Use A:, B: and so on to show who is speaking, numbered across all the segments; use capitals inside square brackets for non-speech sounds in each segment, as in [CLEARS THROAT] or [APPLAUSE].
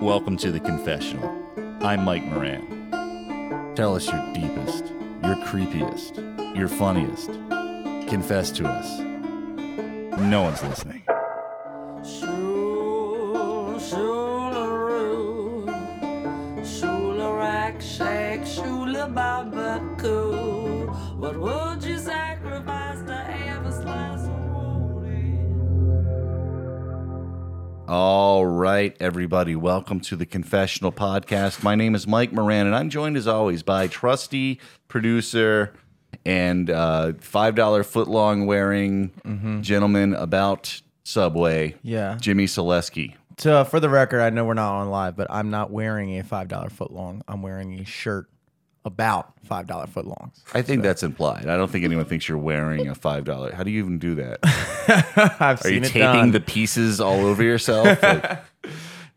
A: welcome to the confessional. I'm Mike Moran. Tell us your deepest, your creepiest, your funniest. Confess to us. No one's listening.
B: Shoo, shoolaroo. Shoolarack, shake, shoolababacoo. What would you sacrifice to have a slice of wood?
A: All right, everybody, welcome to the Confessional Podcast. My name is Mike Moran, and I'm joined as always by trusty producer and uh, five dollar footlong wearing gentleman about Subway,
C: Yeah.
A: Jimmy Selesky.
C: So for the record, I know we're not on live, but I'm not wearing a five dollar foot long. I'm wearing a shirt about five dollar foot
A: [LAUGHS]
C: longs.
A: I think that's implied. I don't think anyone thinks you're wearing a five dollar. How do you even do
C: [LAUGHS]
A: that?
C: I've
A: Are you
C: seen it
A: taping
C: done.
A: the pieces all over
C: [LAUGHS]
A: yourself? Like,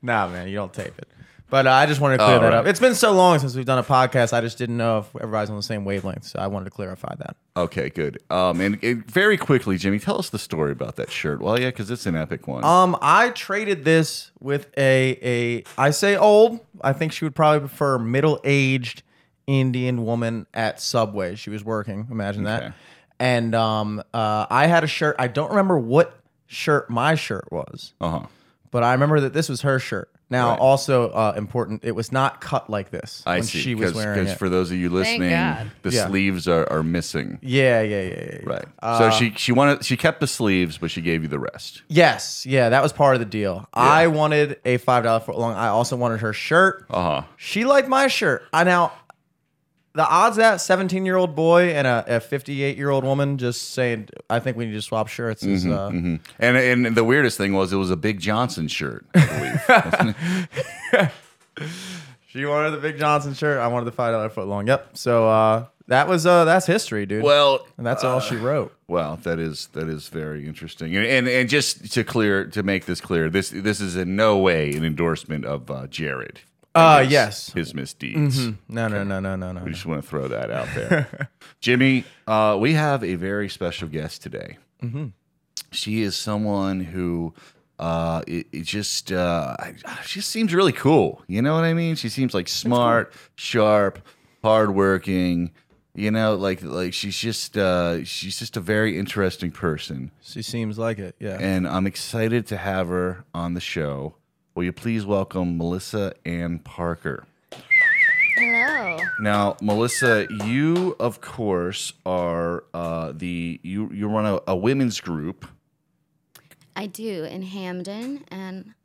C: nah, man, you don't tape it. But uh, I just wanted to clear
A: All
C: that
A: Oh, right.
C: up. It's been so long since we've done a podcast. I just didn't know if everybody's on the same wavelength, so I wanted to clarify that.
A: okay, good. Um, and, and very quickly, Jimmy, tell us the story about that shirt. Well, yeah, because it's an epic one.
C: Um, I traded this with a a I say old. I think she would probably prefer middle aged Indian woman at Subway. She was working. Imagine
A: Okay.
C: that. And um, uh, I had a shirt. I don't remember what shirt my shirt was,
A: Uh huh.
C: but I remember that this was her shirt. Now,
A: Right.
C: also uh, important, it was not cut like this
A: I
C: when
A: see.
C: she was
A: Cause,
C: wearing
A: 'cause
C: it.
A: for those of you listening,
D: God.
A: the
C: Yeah.
A: sleeves are, are missing.
C: yeah, yeah, yeah, yeah. yeah.
A: Right.
C: Uh,
A: so she she wanted she kept the sleeves, but she gave you the rest.
C: Yes, yeah, that was part of the deal. I wanted a five dollar foot long. I also wanted her shirt.
A: Uh huh.
C: She liked my shirt. I now the odds that seventeen year old boy and a fifty eight year old woman just saying, "I think we need to swap shirts." Is,
A: Mm-hmm,
C: uh,
A: And and the weirdest thing was it was a Big Johnson
C: [LAUGHS]
A: shirt.
C: She wanted the Big Johnson shirt. I wanted the five dollar foot long. Yep. So uh, that was uh, that's history, dude.
A: well,
C: and that's all she wrote.
A: Wow, that is that is very interesting. And, and and just to clear to make this clear, this this is in no way an endorsement of uh, Jared. and
C: Uh,
A: his-
C: yes.
A: his misdeeds.
C: No, no, no, no, no, no.
A: We just want to throw that out there. [LAUGHS] Jimmy, uh, we have a very special guest today. She is someone who uh, it, it just uh, I- she just seems really cool. You know what I mean? She seems like smart, sharp, hardworking. You know, like like she's just uh, she's just a very interesting person,
C: She seems like it. Yeah.
A: and I'm excited to have her on the show. Will you please welcome Melissa Ann Parker?
D: Hello.
A: Now, Melissa, you of course are uh, the you you run a, a women's group.
D: I do in Hamden, and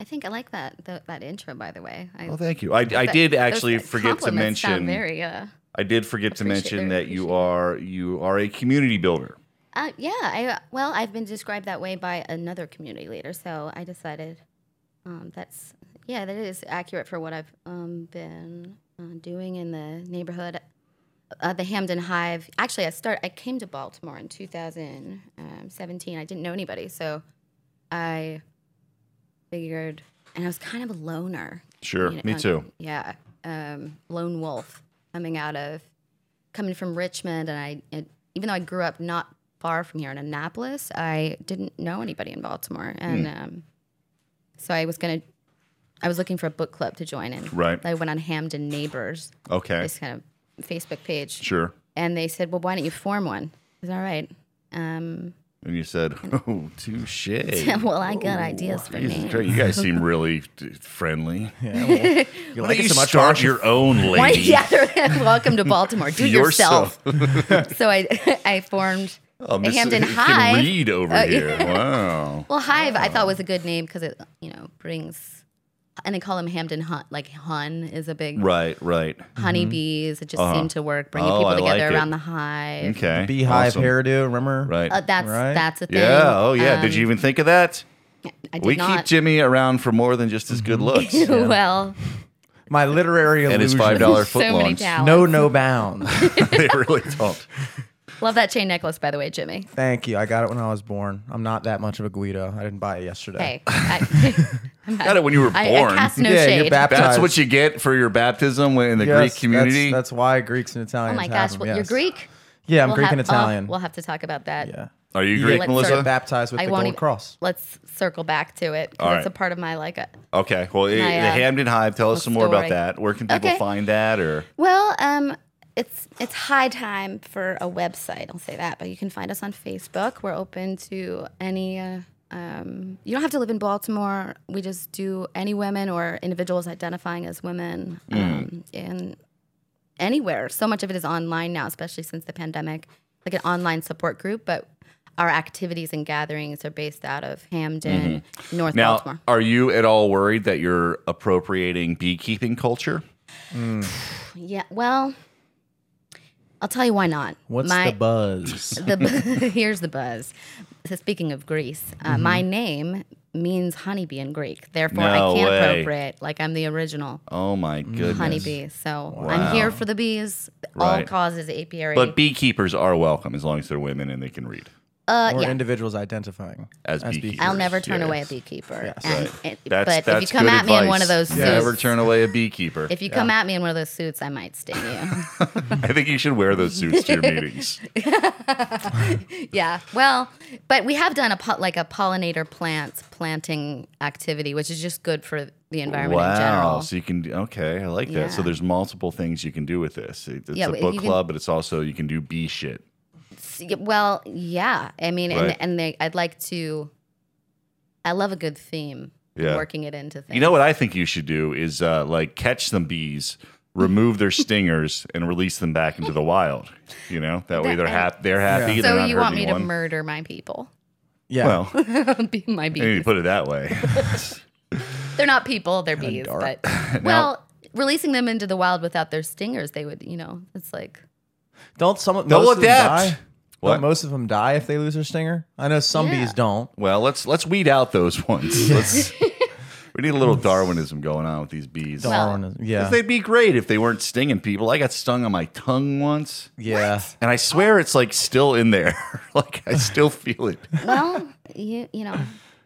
D: I think I like that th- that intro. By the way, I,
A: Oh, thank you. I, I
D: that-
A: did actually
D: those
A: forget to
D: compliments
A: mention.
D: sound Very, uh,
A: I did forget to
D: Appreciate-
A: mention
D: very
A: that you are you are a community builder.
D: uh, yeah. I well, I've been described that way by another community leader, so I decided um, that's yeah, that is accurate for what I've um, been uh, doing in the neighborhood. Uh, the Hamden Hive. Actually, I start. I came to Baltimore in 2017. I didn't know anybody, so I figured, and I was kind of a loner.
A: Sure,
D: you
A: me
D: know, uh,
A: too.
D: Yeah, um, lone wolf coming out of coming from Richmond, and I and even though I grew up not far from here in Annapolis, I didn't know anybody in Baltimore, and
A: Hmm.
D: um, so I was gonna. I was looking for a book club to join in.
A: Right.
D: I went on Hamden Neighbors,
A: Okay,
D: this kind of Facebook page,
A: sure.
D: and they said, "Well, why don't you form one?" I said, "All right." Um, [LAUGHS]
A: And you said, "Oh, touche."
D: well, I got ideas for
A: Jesus
D: me.
A: Christ, you guys seem really d- friendly.
C: Yeah, well, you
A: Why
C: like
A: don't
C: it
A: you
C: so much, why
A: start
C: don't you-
A: your own
D: [LAUGHS] Why-
A: lady?
D: yeah, [LAUGHS] they're- welcome to Baltimore. Do
A: Yourself.
D: yourself. so I, [LAUGHS] I formed
A: [LAUGHS] Oh,
D: a
A: Miss-
D: Hamden
A: you
D: Hive.
A: can read over
D: Oh,
A: here. Wow.
D: Well, Hive I thought was a good name because it, you know, brings. And they call them Hamden Hun. Like Hun is a big
A: Right, right.
D: honeybees. It just seemed to work, bringing
A: Oh,
D: people
A: I like
D: together
A: it.
D: around the hive.
A: Okay.
C: beehive
A: awesome.
C: hairdo. Remember?
A: Right.
D: Uh, that's
C: Right.
D: that's a thing.
A: yeah. Oh, yeah. Did
D: Um,
A: you even think of that?
D: I did
A: We keep
D: not.
A: Jimmy around for more than just his good
C: [LAUGHS]
A: looks
D: well,
C: My literary
A: and his
C: Mm-hmm.
A: five
C: illusion.
A: dollar
D: so many
A: footlongs.
D: talents.
C: No, no bounds.
A: [LAUGHS]
C: [LAUGHS]
A: they really
D: [LAUGHS]
A: don't.
D: Love that chain necklace, by the way,
A: [LAUGHS]
D: Jimmy.
C: Thank you. I got it when I was born. I'm not that much of a Guido. I didn't buy it yesterday.
D: Hey, I, I'm not-
A: Got it when you were
D: I,
A: born.
D: I cast no
C: Yeah, you're
D: shade.
C: baptized.
A: That's what you get for your baptism when- in the
C: Yes,
A: Greek community.
C: That's, that's why Greeks and
D: Oh
C: Italians.
D: my
C: have
D: gosh,
C: them,
D: well, you're
C: yes.
D: Greek.
C: Yeah, I'm Greek
D: have,
C: and
D: oh,
C: Italian.
D: we'll have to talk about that.
C: yeah,
A: Are you
C: You
A: Greek,
D: let's
A: Melissa?
D: start
C: baptized with
D: I
C: the
D: won't
C: gold
D: even-
C: cross.
D: Let's circle back to it.
A: All
D: It's
A: right.
D: a part of my like. uh, A,
A: Okay. Well, eh, it,
D: My,
A: the
D: uh,
A: Hamden Hive. Tell us some more about
D: story.
A: that. Where can people
D: Okay.
A: find that? Or
D: well, um, it's it's high time for a website. I'll say that, but you can find us on Facebook. We're open to any. Uh, um, you don't have to live in Baltimore. We just do any women or individuals identifying as women,
C: Hmm.
D: um, and anywhere. So much of it is online now, especially since the pandemic, like an online support group, but. Our activities and gatherings are based out of Hamden,
C: Mm-hmm.
D: North
A: now,
D: Baltimore.
A: are you at all worried that you're appropriating beekeeping culture?
D: Yeah. Well, I'll tell you why not.
C: What's
D: my,
C: the
D: [LAUGHS]
C: buzz?
A: [LAUGHS]
D: the bu- here's the buzz. So speaking of Greece, uh,
A: Mm-hmm.
D: my name means honeybee in Greek. Therefore,
A: No
D: I can't
A: way.
D: appropriate. Like I'm the original
A: Oh my goodness.
D: honeybee. So I'm here for the bees. All
A: Right.
D: causes apiary.
A: But beekeepers are welcome as long as they're women and they can read.
D: uh,
C: or
D: yeah.
C: individuals identifying
A: As
D: I'll
A: beekeepers,
D: never turn
A: yeah.
D: away a beekeeper.
C: Yes.
D: And- and-
A: That's,
D: but
A: that's
D: if you come
A: good
D: at me in one
A: advice.
D: of those suits,
A: never turn away a beekeeper.
D: if you come at me in one of those suits, I might sting you.
A: [LAUGHS]
D: [LAUGHS]
A: I think you should wear those suits to your meetings.
D: Yeah. Well, but we have done a po- like a pollinator plants planting activity, which is just good for the environment in
A: Wow.
D: general.
A: So you can, okay, I like that. So
D: Yeah.
A: there's multiple things you can do with this. It- It's
D: Yeah,
A: a
D: but
A: book
D: you can-
A: club, but it's also, you can do bee shit.
D: S- well, yeah. I mean,
A: Right.
D: and, and they, I'd like to. I love a good theme.
A: Yeah.
D: Working it into things.
A: You know what I think you should do is uh, like catch some bees, remove their stingers, and release them back into the wild. You know that way they're happy. They're happy.
C: Yeah.
A: They're
D: So
A: not
D: you want me
A: hurting
D: to
A: anyone.
D: murder my people? [LAUGHS]
C: Yeah.
A: Well, I
D: Be my
A: mean, you
D: bees.
A: put it that way.
D: They're not people. They're bees.
A: [LAUGHS]
D: But well, releasing them into the wild without their stingers, they would. You know, it's like
C: Don't some
A: They'll
C: most of them
A: adapt.
C: die?
A: What?
C: Don't most of them die if they lose their stinger? I know some
D: Yeah.
C: bees don't.
A: Well, let's let's weed out those [LAUGHS] ones. Let's, we need a little Darwinism going on with these bees.
D: Well-
C: Darn, yeah.
A: They'd be great if they weren't stinging people. I got stung on my tongue once,
C: yeah.
A: and I swear it's like still in there. [LAUGHS] like I still feel it. [LAUGHS]
D: well, you you know,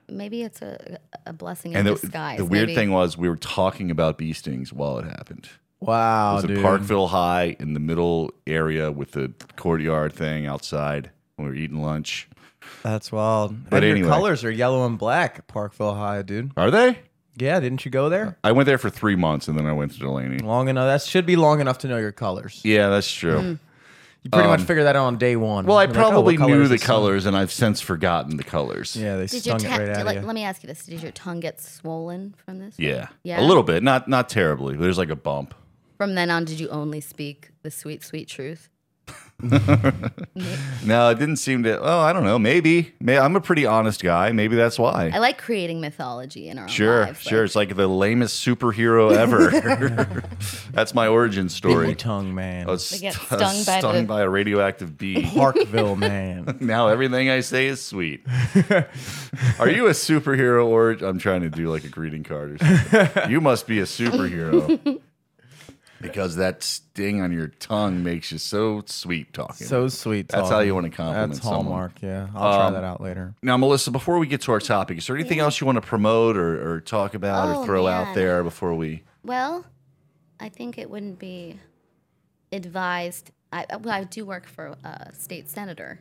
D: maybe it's a a blessing in
A: And the,
D: disguise.
A: the weird
D: maybe.
A: thing was, we were talking about bee stings while it happened.
C: Wow,
A: was
C: Oh, dude.
A: at Parkville High in the middle area with the courtyard thing outside when we were eating lunch.
C: That's wild.
A: But
C: and
A: anyway.
C: your colors are yellow and black at Parkville High, dude.
A: Are they?
C: Yeah, didn't you go there?
A: I went there for three months and then I went to Delaney.
C: Long enough. That should be long enough to know your colors.
A: Yeah, that's true.
C: You pretty much figure that out on day one.
A: Um, Well, I
C: You're like, oh, what
A: probably
C: color
A: knew
C: is
A: the
C: this?
A: colors and I've since forgotten the colors.
C: Yeah, they
D: Did your
C: stung it
D: ta-
C: right
D: did-
C: out
D: let,
C: of you.
D: let me ask you this: Did your tongue get swollen from this?
A: Yeah.
D: Yeah?
A: A little bit. Not not terribly. There's like a bump.
D: From then on, did you only speak the sweet, sweet truth?
A: No, it didn't seem to oh, I don't know. Maybe. May I'm a pretty honest guy. Maybe that's why.
D: I like creating mythology in our own
A: Sure,
D: lives,
A: sure.
D: like-
A: It's like the lamest superhero
D: [LAUGHS]
A: ever. that's my origin story.
C: Big tongue, man.
A: [LAUGHS] I was
D: They get
A: stu-
D: stung by
A: stung
D: the-
A: by a radioactive bee. [LAUGHS]
C: Parkville, man.
A: Now everything I say is
C: [LAUGHS]
A: sweet. Are you a superhero or I'm trying to do like a greeting card or something. You must be a superhero.
C: [LAUGHS]
A: Because that sting on your tongue makes you so sweet talking.
C: So sweet.
A: That's
C: talking.
A: how you wanna compliment
C: That's
A: someone. Um,
C: hallmark. Yeah, I'll try that out later.
A: now, Melissa, before we get to our topic, is there anything else you want to promote or, or talk about
D: Oh,
A: or throw out
D: man.
A: there before we?
D: Well, I think it wouldn't be advised. I, I- well, I do work for a state senator.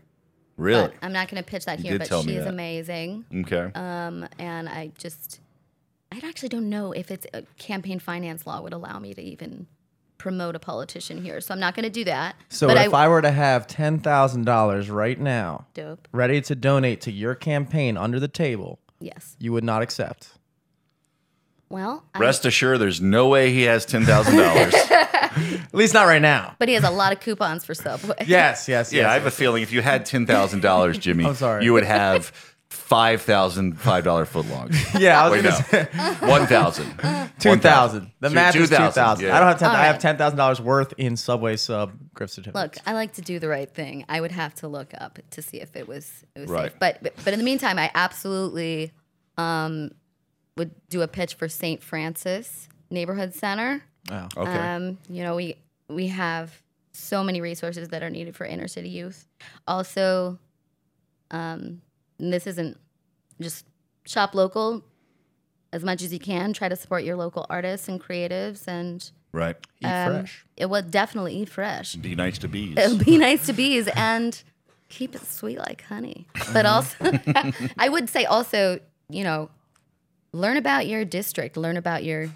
A: Really?
D: But I'm not going to pitch that
A: You
D: here,
A: did
D: but
A: tell me
D: she is
A: that.
D: amazing.
A: okay.
D: Um, and I just, I actually don't know if it's uh campaign finance law would allow me to even promote a politician here. So I'm not going to do that.
C: So
D: but
C: if I, were to have ten thousand dollars right now,
D: dope.
C: ready to donate to your campaign under the table,
D: Yes.
C: you would not accept.
D: Well, I-
A: Rest assured, there's no way he has ten thousand dollars.
C: At least not right now.
D: but he has a lot of coupons for Subway.
A: [LAUGHS]
C: Yes, yes,
A: Yeah, I
C: yes.
A: have a feeling if you had ten thousand
C: [LAUGHS]
A: dollars, Jimmy,
C: I'm sorry.
A: you would have five thousand five dollar
C: [LAUGHS]
A: footlongs.
C: yeah, I was
A: Wait, no,
C: gonna say
A: one thousand.
C: two thousand. The
A: Two-
C: match is two
A: 2,000,
C: thousand.
A: yeah.
C: I don't have ten.
D: All
C: I have
D: right.
C: ten thousand dollars worth in Subway sub gift certificates.
D: Look, I like to do the right thing. I would have to look up to see if it was it was
A: Right.
D: safe. But, but but in the meantime, I absolutely um, would do a pitch for St. Francis Neighborhood Center.
C: Oh.
A: Okay.
D: Um, you know, we we have so many resources that are needed for inner city youth. Also, um, and this isn't just shop local as much as you can. Try to support your local artists and creatives, and
A: right.
D: Um,
C: Eat fresh.
D: it will definitely eat fresh.
A: Be nice to bees.
D: It'll be nice to bees, and keep it sweet like honey. But also, [LAUGHS] I would say also, you know, learn about your district, learn about your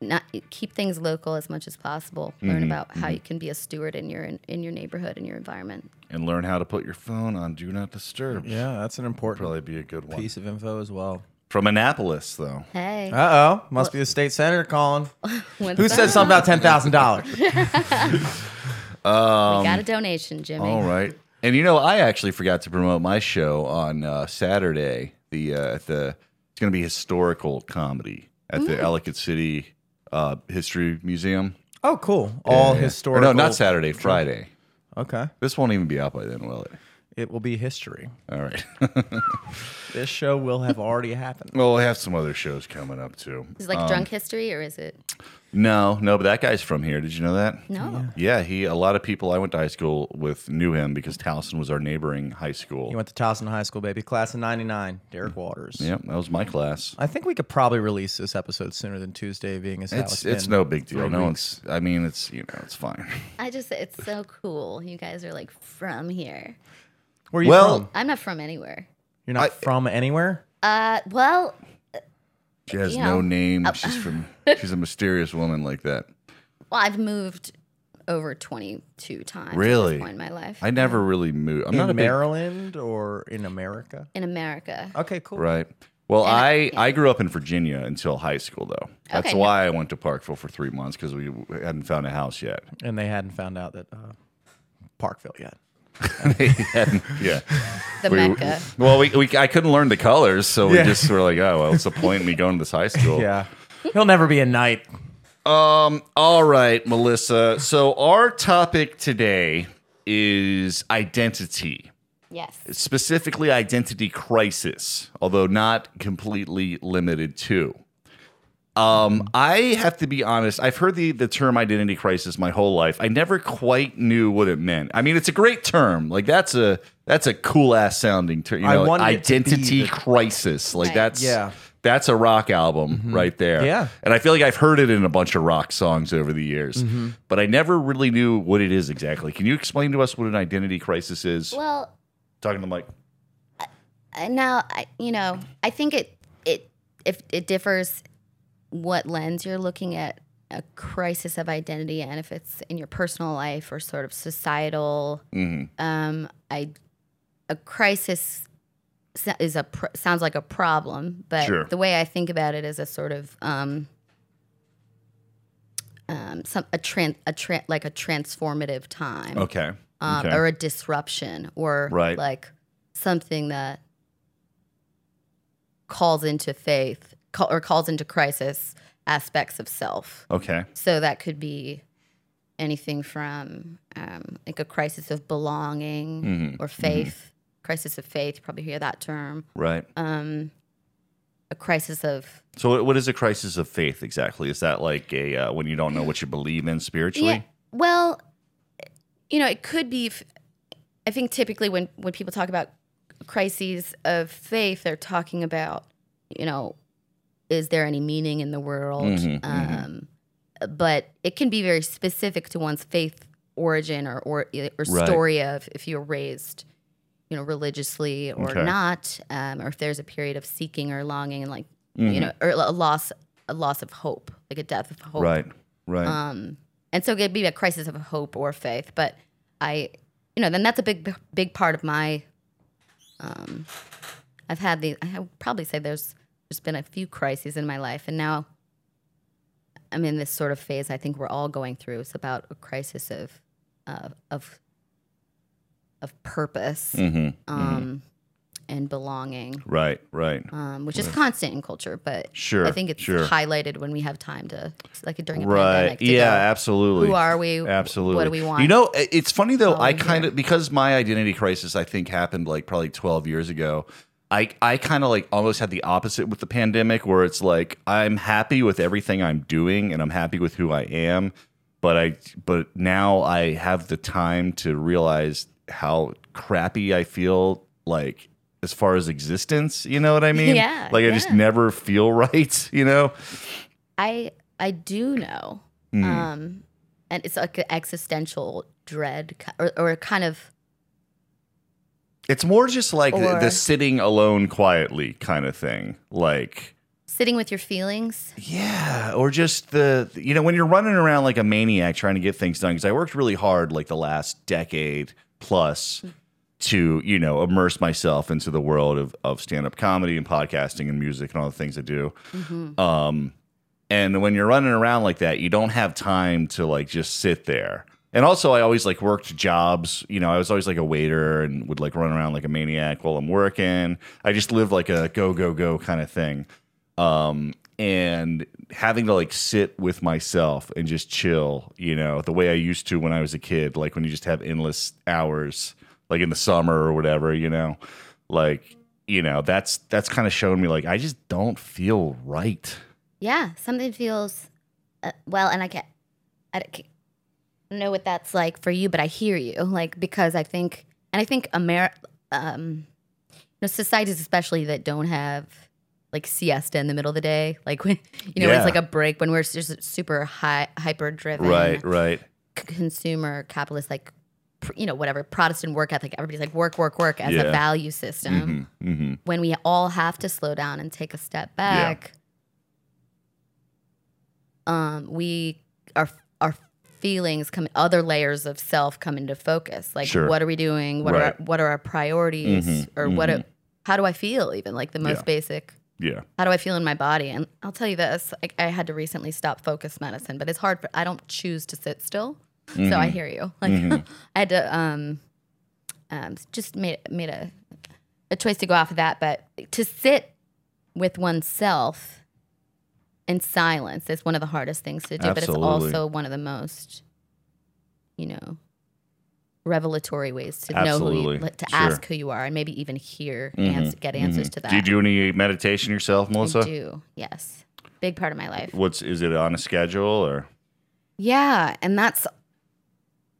D: not keep things local as much as possible.
C: Mm-hmm,
D: Learn about how you can be a steward in your in your neighborhood and your environment.
A: [LAUGHS] and learn how to put your phone on do not disturb.
C: Yeah, that's an important
A: Probably be a good one.
C: piece of info as well.
A: From Annapolis, though.
D: Hey,
C: Uh oh, must be the state senator calling.
D: what's
C: Who said
D: up?
C: something about ten thousand dollars?
D: we
C: Um,
D: got a donation, Jimmy.
A: All right. And you know, I actually forgot to promote my show on uh, Saturday. The uh, at the it's going to be historical comedy at the
C: Mm.
A: Ellicott City uh, History Museum.
C: Oh, cool. All
A: Yeah. Or no,
C: historical.
A: not Saturday. Friday.
C: Okay,
A: This won't even be out by then, will it?
C: it will be history.
A: All right. [LAUGHS]
C: This show will have already happened.
A: well, we have some other shows coming up too.
D: Is it like
C: um,
D: drunk history or is it
A: No, no, but that guy's from here. Did you know that?
D: no?
A: Yeah, he. A lot of people I went to high school with knew him because Towson was our neighboring high school.
C: You went to Towson High School, baby, class of '99.
A: Mm.
C: Derek Waters.
A: yep, that was my class.
C: I think we could probably release this episode sooner than Tuesday, being as how
A: It's
C: been.
A: it's no big deal.
C: three
A: No one's. I mean, it's you know, it's fine.
D: I just it's so cool. You guys are like from here.
C: Where are you
A: Well-
C: from?
D: I'm not from anywhere.
C: You're not
A: I-
C: from anywhere.
D: Uh, well,
A: [LAUGHS] She has
D: You
A: no
D: know.
A: name.
C: Oh.
A: She's
C: [LAUGHS]
A: from. She's a mysterious woman like that.
D: well, I've moved over 22 times. At
A: Really?
D: this point in my life.
A: I never really moved. I'm
C: in
A: not a big-
C: Maryland or in America?
D: in America.
C: Okay, cool.
A: right. Well,
D: And I-
A: I I grew up in Virginia until high school though. That's
D: Okay.
A: why I went to Parkville for three months because we hadn't found a house yet.
C: And they hadn't found out that uh, Parkville yet.
A: [LAUGHS] They hadn't- yeah.
D: The
A: We-
D: Mecca.
A: Well, we, we I couldn't learn the colors, so we
C: Yeah.
A: just were like, oh well, what's the point in me going to this high school?
C: [LAUGHS] Yeah, he'll never be a knight.
A: Um, all right, Melissa. So our topic today is identity,
D: Yes.
A: specifically identity crisis, although not completely limited to. Um, I have to be honest. I've heard the the term identity crisis my whole life. I never quite knew what it meant. I mean, it's a great term. Like that's a that's a cool ass sounding term. You
C: I
A: know,
C: wanted it to be
A: identity
C: the-
A: crisis. Like
D: Right.
A: that's
C: Yeah. Mm-hmm.
A: that's a rock album right there.
C: Yeah.
A: and I feel like I've heard it in a bunch of rock songs over the years,
C: Mm-hmm.
A: but I never really knew what it is exactly. Can you explain to us what an identity crisis is?
D: Well,
A: Talking to Mike.
D: uh, now I, you know, I think it it if it differs what lens you're looking at a crisis of identity and if it's in your personal life or sort of societal
A: hmm
D: um, I a crisis s- is a pr- sounds like a problem, but
A: Sure.
D: the way I think about it is a sort of um, um, some a tran- a tran like a transformative time,
A: Okay.
D: um,
A: okay.
D: or a disruption, or
A: Right.
D: like something that calls into faith call, or calls into crisis aspects of self.
A: okay.
D: So that could be anything from um, like a crisis of belonging
A: Mhm,
D: or faith, crisis of faith. You probably hear that term.
A: Right.
D: Um, a crisis of
A: So, what- what is a crisis of faith exactly? Is that like a uh, when you don't know what you believe in spiritually?
D: Well, you know, it could be. f- I think typically when when people talk about crises of faith, they're talking about you know, is there any meaning in the world?
A: Mhm,
D: um, But it can be very specific to one's faith origin or or, e, or
A: Right.
D: story of if you were raised. You know, religiously or
A: Okay.
D: not, um, or if there's a period of seeking or longing, and like
A: Mhm.
D: you know, or a loss, a loss of hope, like a death of hope,
A: Right. Right.
D: um, and so it could be a crisis of hope or faith. But I, you know, then that's a big, big part of my. Um, I've had the. I would probably say there's there's been a few crises in my life, and now I'm in this sort of phase. I think we're all going through. It's about a crisis of, uh, of, of purpose
A: hmm
D: um, and belonging,
A: Right. Right.
D: um, which is constant in culture, but.
A: Sure.
D: I think it's
A: sure.
D: highlighted when we have time to, like during a
A: Right.
D: pandemic. to
A: Yeah.
D: go,
A: Absolutely.
D: who are we?
A: Absolutely.
D: What do we want?
A: You know, i- it's funny though.
D: Oh,
A: I
D: yeah.
A: kind of because my identity crisis, I think, happened like probably twelve years ago. I I kind of like almost had the opposite with the pandemic, where it's like I'm happy with everything I'm doing and I'm happy with who I am, but I but now I have the time to realize how crappy I feel like as far as existence. You know what I mean?
D: Yeah,
A: Like I just
D: yeah.
A: never feel [LAUGHS] right. You know?
D: I I do know,
A: Hmm.
D: um, and it's like an existential dread ki- or, or a kind of
A: It's more just like the, the
D: Or-
A: sitting alone quietly kind of thing. Like,
D: Sitting with your feelings.
A: yeah, or just the, you know, when you're running around like a maniac trying to get things done, because I worked really hard like the last decade plus to, you know, immerse myself into the world of, of stand up comedy and podcasting and music and all the things I do. Um, and when you're running around like that, you don't have time to like just sit there. And also, I always like worked jobs. You know, I was always like a waiter and would like run around like a maniac while I'm working. I just lived like a go go go kind of thing. Um, and having to like sit with myself and just chill, you know, the way I used to when I was a kid, like when you just have endless hours, like in the summer or whatever, you know, like you know, that's that's kind of showing me like I just don't feel right.
D: Yeah, something feels uh, well, and I can't, I don't ca- I don't know what that's like for you, but I hear you. Like because I think, and I think America, um, you know, societies especially that don't have like siesta in the middle of the day, like [LAUGHS] when you know when
A: Yeah.
D: it's like a break when we're just super high, hyper driven,
A: Right, right.
D: consumer capitalist, like pr- you know whatever Protestant work ethic. Everybody's like work, work, work as
A: Yeah.
D: a value system.
A: hmm
D: when we all have to slow down and take a step back, um, we our our feelings come other layers of self come into focus. Like,
A: Sure.
D: what are we doing? What are
A: Right.
D: our, what are our priorities?
A: Mhm,
D: Or what?
A: mhm.
D: Are, how do I feel? Even like the most
A: Yeah.
D: basic.
A: Yeah.
D: How do I feel in my body? And I'll tell you this: I, I had to recently stop focus medicine, but it's hard. For, I don't choose to sit still, so
A: Mm-hmm.
D: I hear you. Like [LAUGHS] I had to um, um, just made made a a choice to go off of that, but to sit with oneself in silence is one of the hardest things to do,
A: Absolutely.
D: but it's also one of the most, you know, revelatory ways to know
A: Absolutely.
D: who you, to
A: Sure.
D: ask who you are, and maybe even hear ans- get answers to that.
A: mm-hmm, Do you do any meditation yourself, Melissa?
D: I do. Yes. Big part of my life.
A: What's is it on a schedule or
D: Yeah, and that's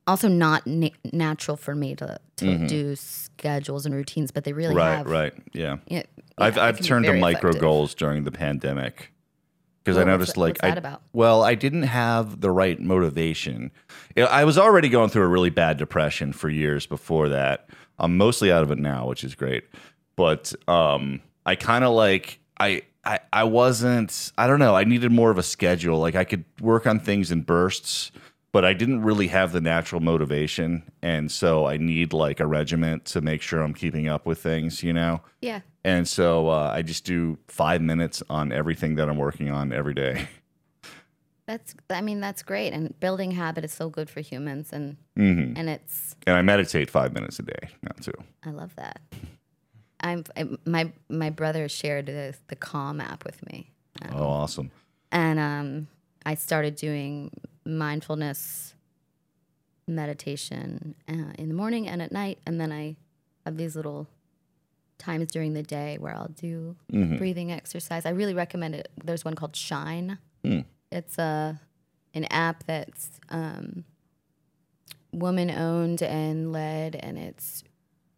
D: also not na- natural for me to, to do schedules and routines, but they really
A: Mm-hmm. right, right?
D: have.
A: Yeah,
D: It,
A: I've
D: yeah, it
A: I've
D: can be
A: turned to
D: very
A: micro
D: effective.
A: goals during the pandemic because I
D: Well, what's
A: noticed
D: that-
A: like
D: what's
A: I
D: that about?
A: well I didn't have the right motivation. I- I was already going through a really bad depression for years before that. I'm mostly out of it now, which is great. But um, I kind of like I. I, I wasn't I don't know I needed more of a schedule like I could work on things in bursts but I didn't really have the natural motivation and so I need like a regiment to make sure I'm keeping up with things you know
D: Yeah.
A: and so uh, I just do five minutes on everything that I'm working on every day. [LAUGHS]
D: That's I mean that's great and building habit is so good for humans and
A: Mhm.
D: and it's
A: And I meditate five minutes a day now, too.
D: I love that. I'm I, my my brother shared this, the Calm app with me
A: Oh, awesome.
D: and um I started doing mindfulness meditation uh, in the morning and at night and then I have these little times during the day where I'll do
A: Mm-hmm. Hmm.
D: breathing exercise. I really recommend it. There's one called Shine. It's a an app that's um, woman owned and led, and it's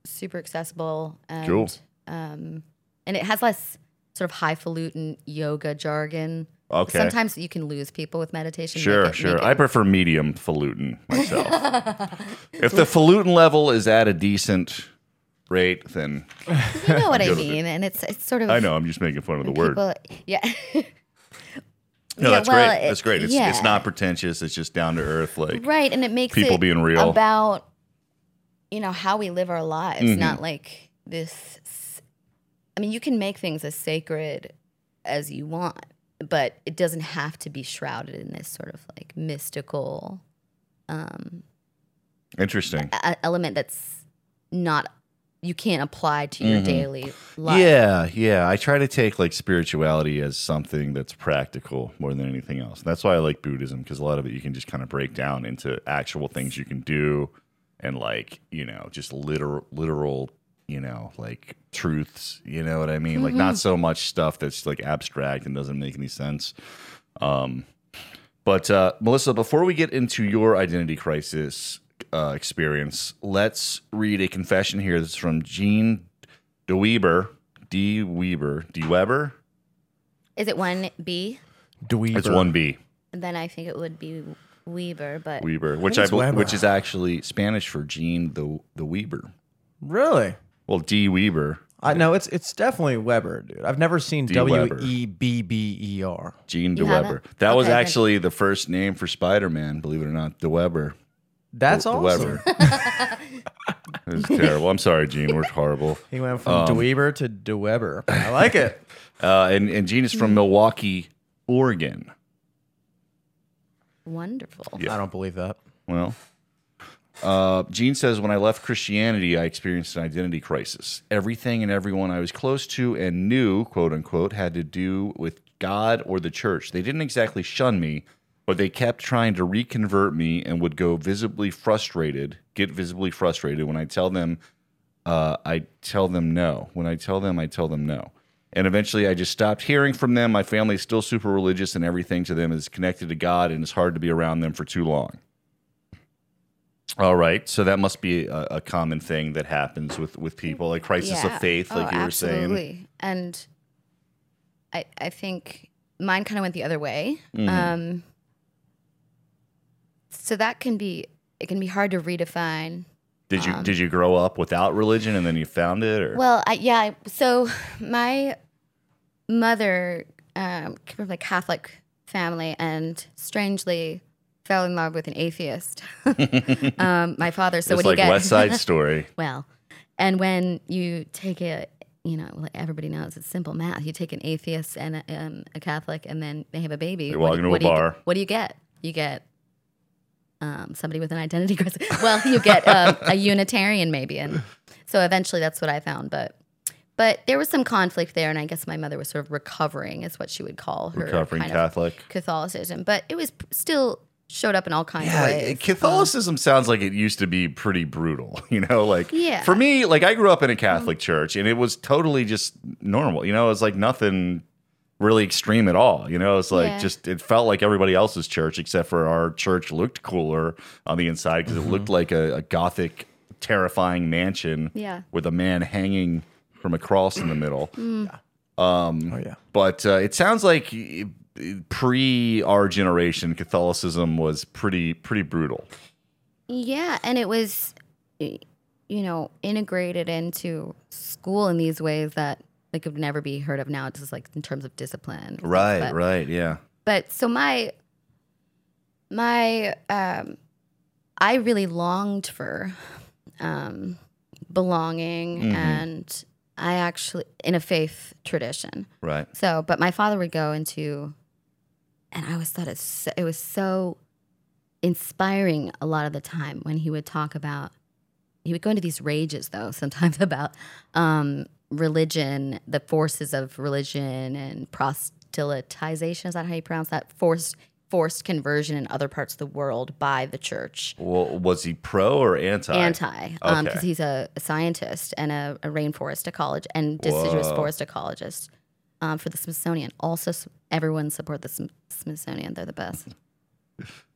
D: super accessible and
A: Cool.
D: um, and it has less sort of highfalutin yoga jargon.
A: Okay.
D: Sometimes you can lose people with meditation. Make
A: Sure,
D: it-
A: sure.
D: make it-
A: I prefer medium falutin myself.
D: [LAUGHS]
A: if the falutin level is at a decent rate, then
D: you know what
A: [LAUGHS]
D: I
A: Good.
D: mean, and it's it's sort of
A: I know I'm just making fun of the word.
D: people. Yeah. [LAUGHS]
A: No,
D: Yeah,
A: that's
D: well,
A: great.
D: it-
A: That's great. It's, it's
D: yeah.
A: not pretentious. It's just down to earth. Like,
D: right and it makes
A: people
D: it
A: being real.
D: about you know how we live our lives
A: Mm-hmm.
D: not like this s- i mean you can make things as sacred as you want but it doesn't have to be shrouded in this sort of like mystical
A: interesting.
D: uh, element that's not you can't apply to your daily life
A: Mm-hmm. Yeah, yeah. I try to take like spirituality as something that's practical more than anything else. That's why I like Buddhism because a lot of it you can just kind of break down into actual things you can do and like, you know, just literal literal, you know, like truths, you know what I mean? Like not so much stuff that's like abstract and doesn't make any sense. Um but uh, Melissa, before we get into your identity crisis uh, experience, let's read a confession here. This is from Jean DeWeber. D. Weber. D. Weber?
D: is it 1b
C: Dweeber.
A: It's 1B.
D: then i think it would be weber but
A: Weber, which
C: think
A: I
C: it's
A: bel-
C: Weber.
A: which is actually Spanish for Jean the the Weber.
C: Really?
A: Well, D. Weber,
C: I know it's it's definitely Weber, dude. I've never seen
A: D. Weber.
C: W E B B E R.
A: Gene
D: You
A: De
D: haven't?
A: Weber. That was
D: Okay, good.
A: actually the first name for Spider-Man. Believe it or not, De Weber.
C: That's
A: De
C: awesome.
A: Weber. [LAUGHS] it was terrible. I'm sorry, Gene. We're horrible.
C: [LAUGHS] He went
A: Um,
C: from Dweeber to Dweber. I like it.
A: Uh, and and Gene is from Milwaukee, Oregon.
D: Wonderful.
A: [LAUGHS] Yeah.
C: I don't believe that.
A: Well, uh, Gene says, when I left Christianity, I experienced an identity crisis. Everything and everyone I was close to and knew, quote unquote, had to do with God or the church. They didn't exactly shun me, but they kept trying to reconvert me and would go visibly frustrated, get visibly frustrated when I tell them, uh, I tell them no. When I tell them, I tell them no. And eventually, I just stopped hearing from them. My family is still super religious, and everything to them is connected to God, and it's hard to be around them for too long. All right, so that must be a, a common thing that happens with with people, like crisis
D: Yeah.
A: of faith, like
D: Oh,
A: you were saying.
D: absolutely. And I, I think mine kind of went the other way.
A: Mm-hmm.
D: Um, so that can be, it can be hard to redefine.
A: Did you did you grow up without religion and then you found it, or
D: Um, Well, I, yeah. I- So [LAUGHS] my mother um, came from a Catholic family and strangely fell in love with an
A: [LAUGHS]
D: atheist. [LAUGHS] um, my father. So
A: it's
D: when
A: like
D: you get
A: West
D: [LAUGHS]
A: Side Story?
D: well. And when you take a, you know, like everybody knows it's simple math. You take an atheist and a, um, a Catholic, and then they have a baby.
A: They
D: What
A: walk
D: do-
A: into a
D: what do you get-
A: bar.
D: what do you get? You get um, somebody with an identity [LAUGHS] crisis. Well, you get um, a Unitarian maybe, and so eventually that's what I found. But but there was some conflict there, and I guess my mother was sort of recovering, is what she would call her
A: Recovering
D: kind of
A: Catholic.
D: Catholicism. But it was p- still showed up in all kinds
A: Yeah,
D: of ways.
A: it- Catholicism sounds like it used to be pretty brutal, [LAUGHS] you know. Like,
D: Yeah. Mm-hmm.
A: for me, like I grew up in a Catholic church, and it was totally just normal. You know, it's like nothing really extreme at all. You know, it's like
D: Yeah.
A: just it felt like everybody else's church, except for our church looked cooler on the inside because
D: Mm-hmm.
A: it looked like a, a gothic, terrifying mansion
D: Yeah.
A: with a man hanging from a cross in the
D: [CLEARS THROAT]
A: middle.
D: Hmm.
A: Um,
C: Oh yeah.
A: But uh, it sounds like eh, eh, pre our generation, Catholicism was pretty pretty brutal.
D: Yeah, and it was, y- you know, integrated into school in these ways that like could never be heard of now. It's Just like in terms of discipline,
A: Right,
D: But,
A: right, yeah.
D: but so my, my, um, I really longed for, um, belonging,
A: Mm-hmm.
D: and I actually in a faith tradition.
A: Right.
D: So, but my father would go into, and I always thought it's so, it was so inspiring a lot of the time when he would talk about. He would go into these rages though [LAUGHS] sometimes about um, religion, the forces of religion, and proselytization. Is that how you pronounce that? Forced forced conversion in other parts of the world by the church.
A: Well, was he pro or anti?
D: Anti, because
A: Okay.
D: he's a, a scientist and a, a rainforest ecology and deciduous forest ecologist um, for the Smithsonian. Also, s- everyone support the Sm- Smithsonian; they're
A: [LAUGHS]
D: the best,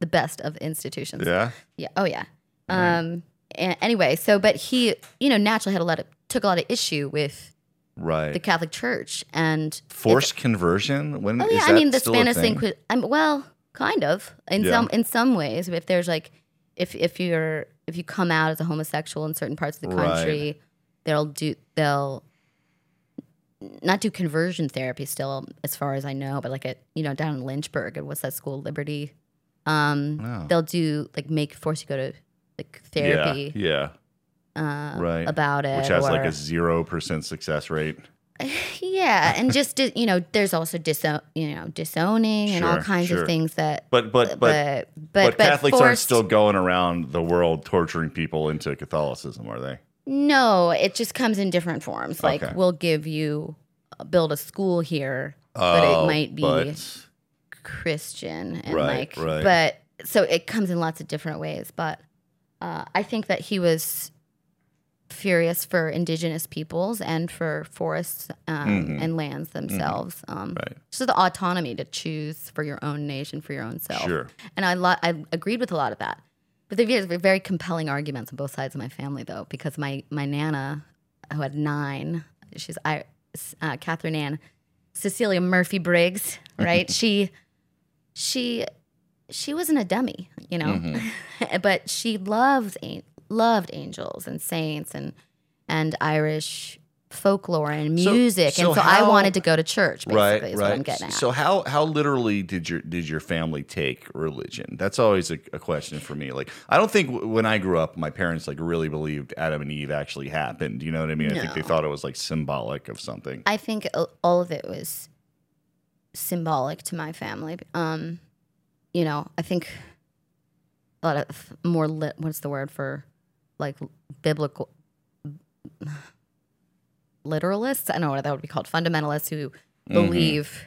D: the best of institutions.
A: Yeah. Mm-hmm.
D: Yeah. Oh yeah. Um. a- anyway, so but he, you know, naturally had a lot of took a lot of issue with
A: Right.
D: the Catholic Church and
A: Forced conversion. When
D: Oh
A: is
D: yeah, I
A: that
D: mean the
A: still a
D: Spanish
A: thing?
D: Inquisition. Um, well, kind of in
A: Yeah.
D: some in some ways. If there's like, if if you're if you come out as a homosexual in certain parts of the
A: Right.
D: country, they'll do they'll not do conversion therapy still, as far as I know. But like at you know down in Lynchburg, at what's that school, Liberty? Um,
A: Wow.
D: they'll do like make force you go to like therapy uh,
A: Yeah. Yeah. right.
D: about it,
A: Which has like
D: or-
A: a zero percent success rate.
D: [LAUGHS] yeah, and just di- you know, there's also disown you know disowning and all
A: Sure,
D: kinds
A: sure.
D: of things that
A: But but but but,
D: but but, but
A: Catholics aren't
D: forced-
A: still going around the world torturing people into Catholicism, are they?
D: No, it just comes in different forms. Like
A: Okay.
D: we'll give you uh, build a school here, but
A: Oh,
D: it might be
A: but-
D: Christian and
A: Right,
D: like
A: right.
D: but so it comes in lots of different ways. But uh, I think that he was furious for indigenous peoples and for forests um, and lands themselves. Um,
A: Mm-hmm. Right.
D: So the autonomy to choose for your own nation, for your own self.
A: Sure.
D: And I lo- I agreed with a lot of that. But there were very compelling arguments on both sides of my family, though, because my my nana, who had nine, she's I, uh, Catherine Ann, Cecilia
A: [LAUGHS]
D: Murphy Briggs, right? she, she, she wasn't a dummy, you
A: Mm-hmm.
D: [LAUGHS] know, but she loved an- loved angels and saints and and Irish folklore and music,
A: so
D: and so
A: how-
D: I wanted to go to church. Basically,
A: right,
D: is
A: right.
D: what I'm getting at.
A: So how how literally did your did your family take religion? That's always a, a question for me. Like I don't think w- when I grew up, my parents like really believed Adam and Eve actually happened. You know what I mean? I think they
D: No.
A: thought it was like symbolic of something.
D: I think a- all of it was symbolic to my family. Um, you know, I think a lot of more lit. What's the word for like biblical literalists? I don't know what that would be called. Fundamentalists who believe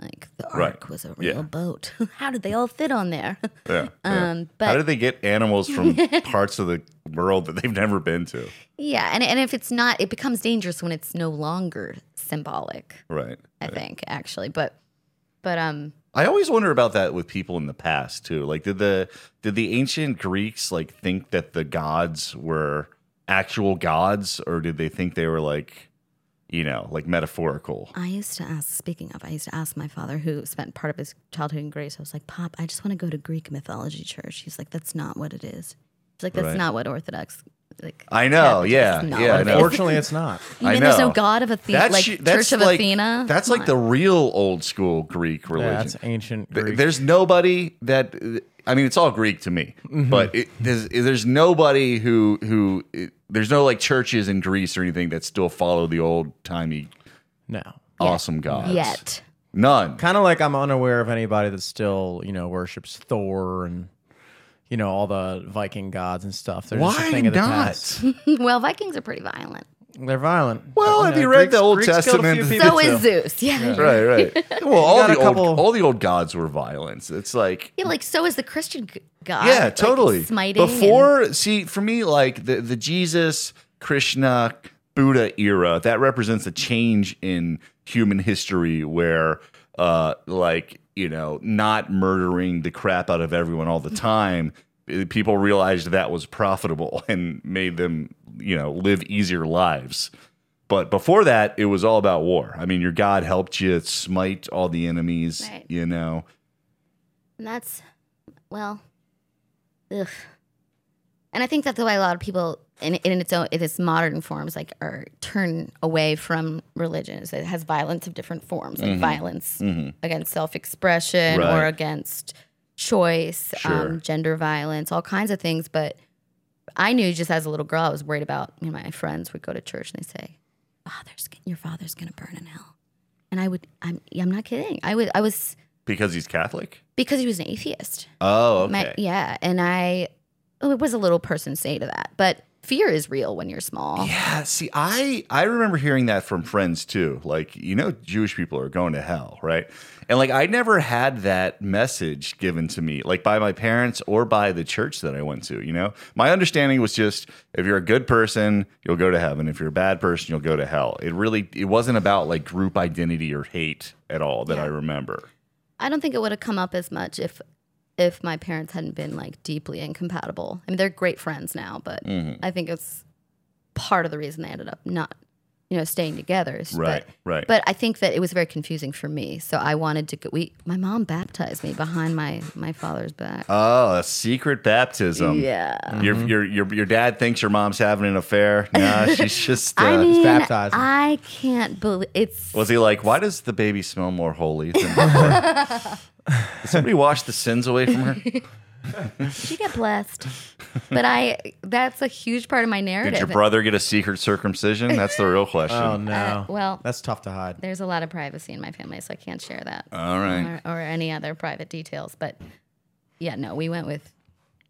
D: like the
A: Mm-hmm. Right.
D: ark was a
A: Yeah.
D: real boat. [LAUGHS] How did they all fit on there? [LAUGHS]
A: Yeah, yeah.
D: um,
A: How
D: but
A: did they get animals from
D: [LAUGHS]
A: parts of the world that they've never been to?
D: yeah, and and if it's not, it becomes dangerous when it's no longer symbolic.
A: Right.
D: I think actually, but but um.
A: I always wonder about that with people in the past too. Like did the did the ancient Greeks like think that the gods were actual gods or did they think they were like you know, like metaphorical?
D: I used to ask, speaking of, I used to ask my father, who spent part of his childhood in Greece, I was like, Pop, I just want to go to Greek mythology church. He's like, that's not what it is. He's like, that's
A: Right.
D: not what Orthodox. Like,
A: I know,
D: Catholic-
A: yeah,
D: that's not
A: yeah,
D: what
A: I
D: it
A: know.
D: is.
C: Unfortunately,
A: [LAUGHS]
C: it's not.
D: You
A: I
D: mean there's no
A: know.
D: god of Athena, like
A: sh-
D: Church of
A: like-
D: Athena?
A: That's
D: Come
A: like the
D: on.
A: real old school Greek religion.
C: Yeah, it's ancient
A: Th-
C: Greek.
A: There's nobody that I mean, it's all Greek to me, but it, there's there's nobody who who it, there's no like churches in Greece or anything that still follow the old timey
C: no.
A: awesome gods
D: yet.
A: None.
C: Kind of like I'm unaware of anybody that still, you know, worships Thor and you know all the Viking gods and stuff. They're just a
A: Why
C: thing of the
A: not?
C: past.
D: [LAUGHS] well, Vikings are pretty violent.
C: They're violent. Oh,
A: Well, have you read the Old
C: killed a few
A: Testament?
C: people,
D: So
C: too.
D: is Zeus. Yeah.
A: Right, right. [LAUGHS] Well, all
C: got a
A: the old,
C: couple-
A: all the old gods were violence. It's like
D: Yeah, like so is the Christian g- god.
A: yeah,
D: like,
A: totally.
D: smiting. and-
A: Before, see, for me, like the the Jesus, Krishna, Buddha era, that represents a change in human history where, uh, like you know, not murdering the crap out of everyone all the time. eh, People realized that was profitable [LAUGHS] and made them, you know, live easier lives. But before that, it was all about war. I mean, your God helped you smite all the enemies,
D: Right.
A: you know.
D: And that's, well, ugh. And I think that's why a lot of people, in, in its own, in its modern forms, like are turn away from religion. So it has violence of different forms, like violence against self-expression
A: Mm-hmm.
D: or
A: Mm. Right.
D: against choice,
A: Sure.
D: um, gender violence, all kinds of things. But I knew just as a little girl, I was worried about. You know, my friends would go to church and they say, "Father's, your father's gonna burn in hell," and I would. I'm, I'm not kidding. I would. I was
A: Because he's Catholic?
D: because he was an atheist.
A: Oh, okay.
D: My- yeah, and I, oh, it was a little person say to that, but fear is real when you're small.
A: Yeah, see, I I remember hearing that from friends too. Like, you know, Jewish people are going to hell, right? And like, I never had that message given to me, like by my parents or by the church that I went to. You know, my understanding was just if you're a good person, you'll go to heaven. If you're a bad person, you'll go to hell. It really it wasn't about like group identity or hate at all that I remember.
D: I don't think it would have come up as much if if my parents hadn't been like deeply incompatible. I mean, they're great friends now, but
A: Mm-hmm.
D: I think it's part of the reason they ended up not, you know, staying together. is-
A: Right,
D: but-
A: right.
D: But I think that it was very confusing for me, so I wanted to go. We, my mom baptized me behind my my father's back.
A: Oh, a secret baptism.
D: yeah.
A: Your, your your your dad thinks your mom's having an affair.
D: [LAUGHS]
A: Nah, she's just. Uh,
D: I mean,
C: baptized.
D: I can't believe it's
A: Was he like, why does the baby smell more holy than before?
C: [LAUGHS]
A: Did somebody wash the sins away [LAUGHS] from her? Did
D: She got blessed. But I that's a huge part of my narrative.
A: your brother get a secret circumcision? That's the real question.
C: Oh no.
D: Uh, well,
C: That's tough to hide.
D: there's a lot of privacy in my family, so I can't share that
A: All right.
D: or, or any other private details. But yeah, no, we went with.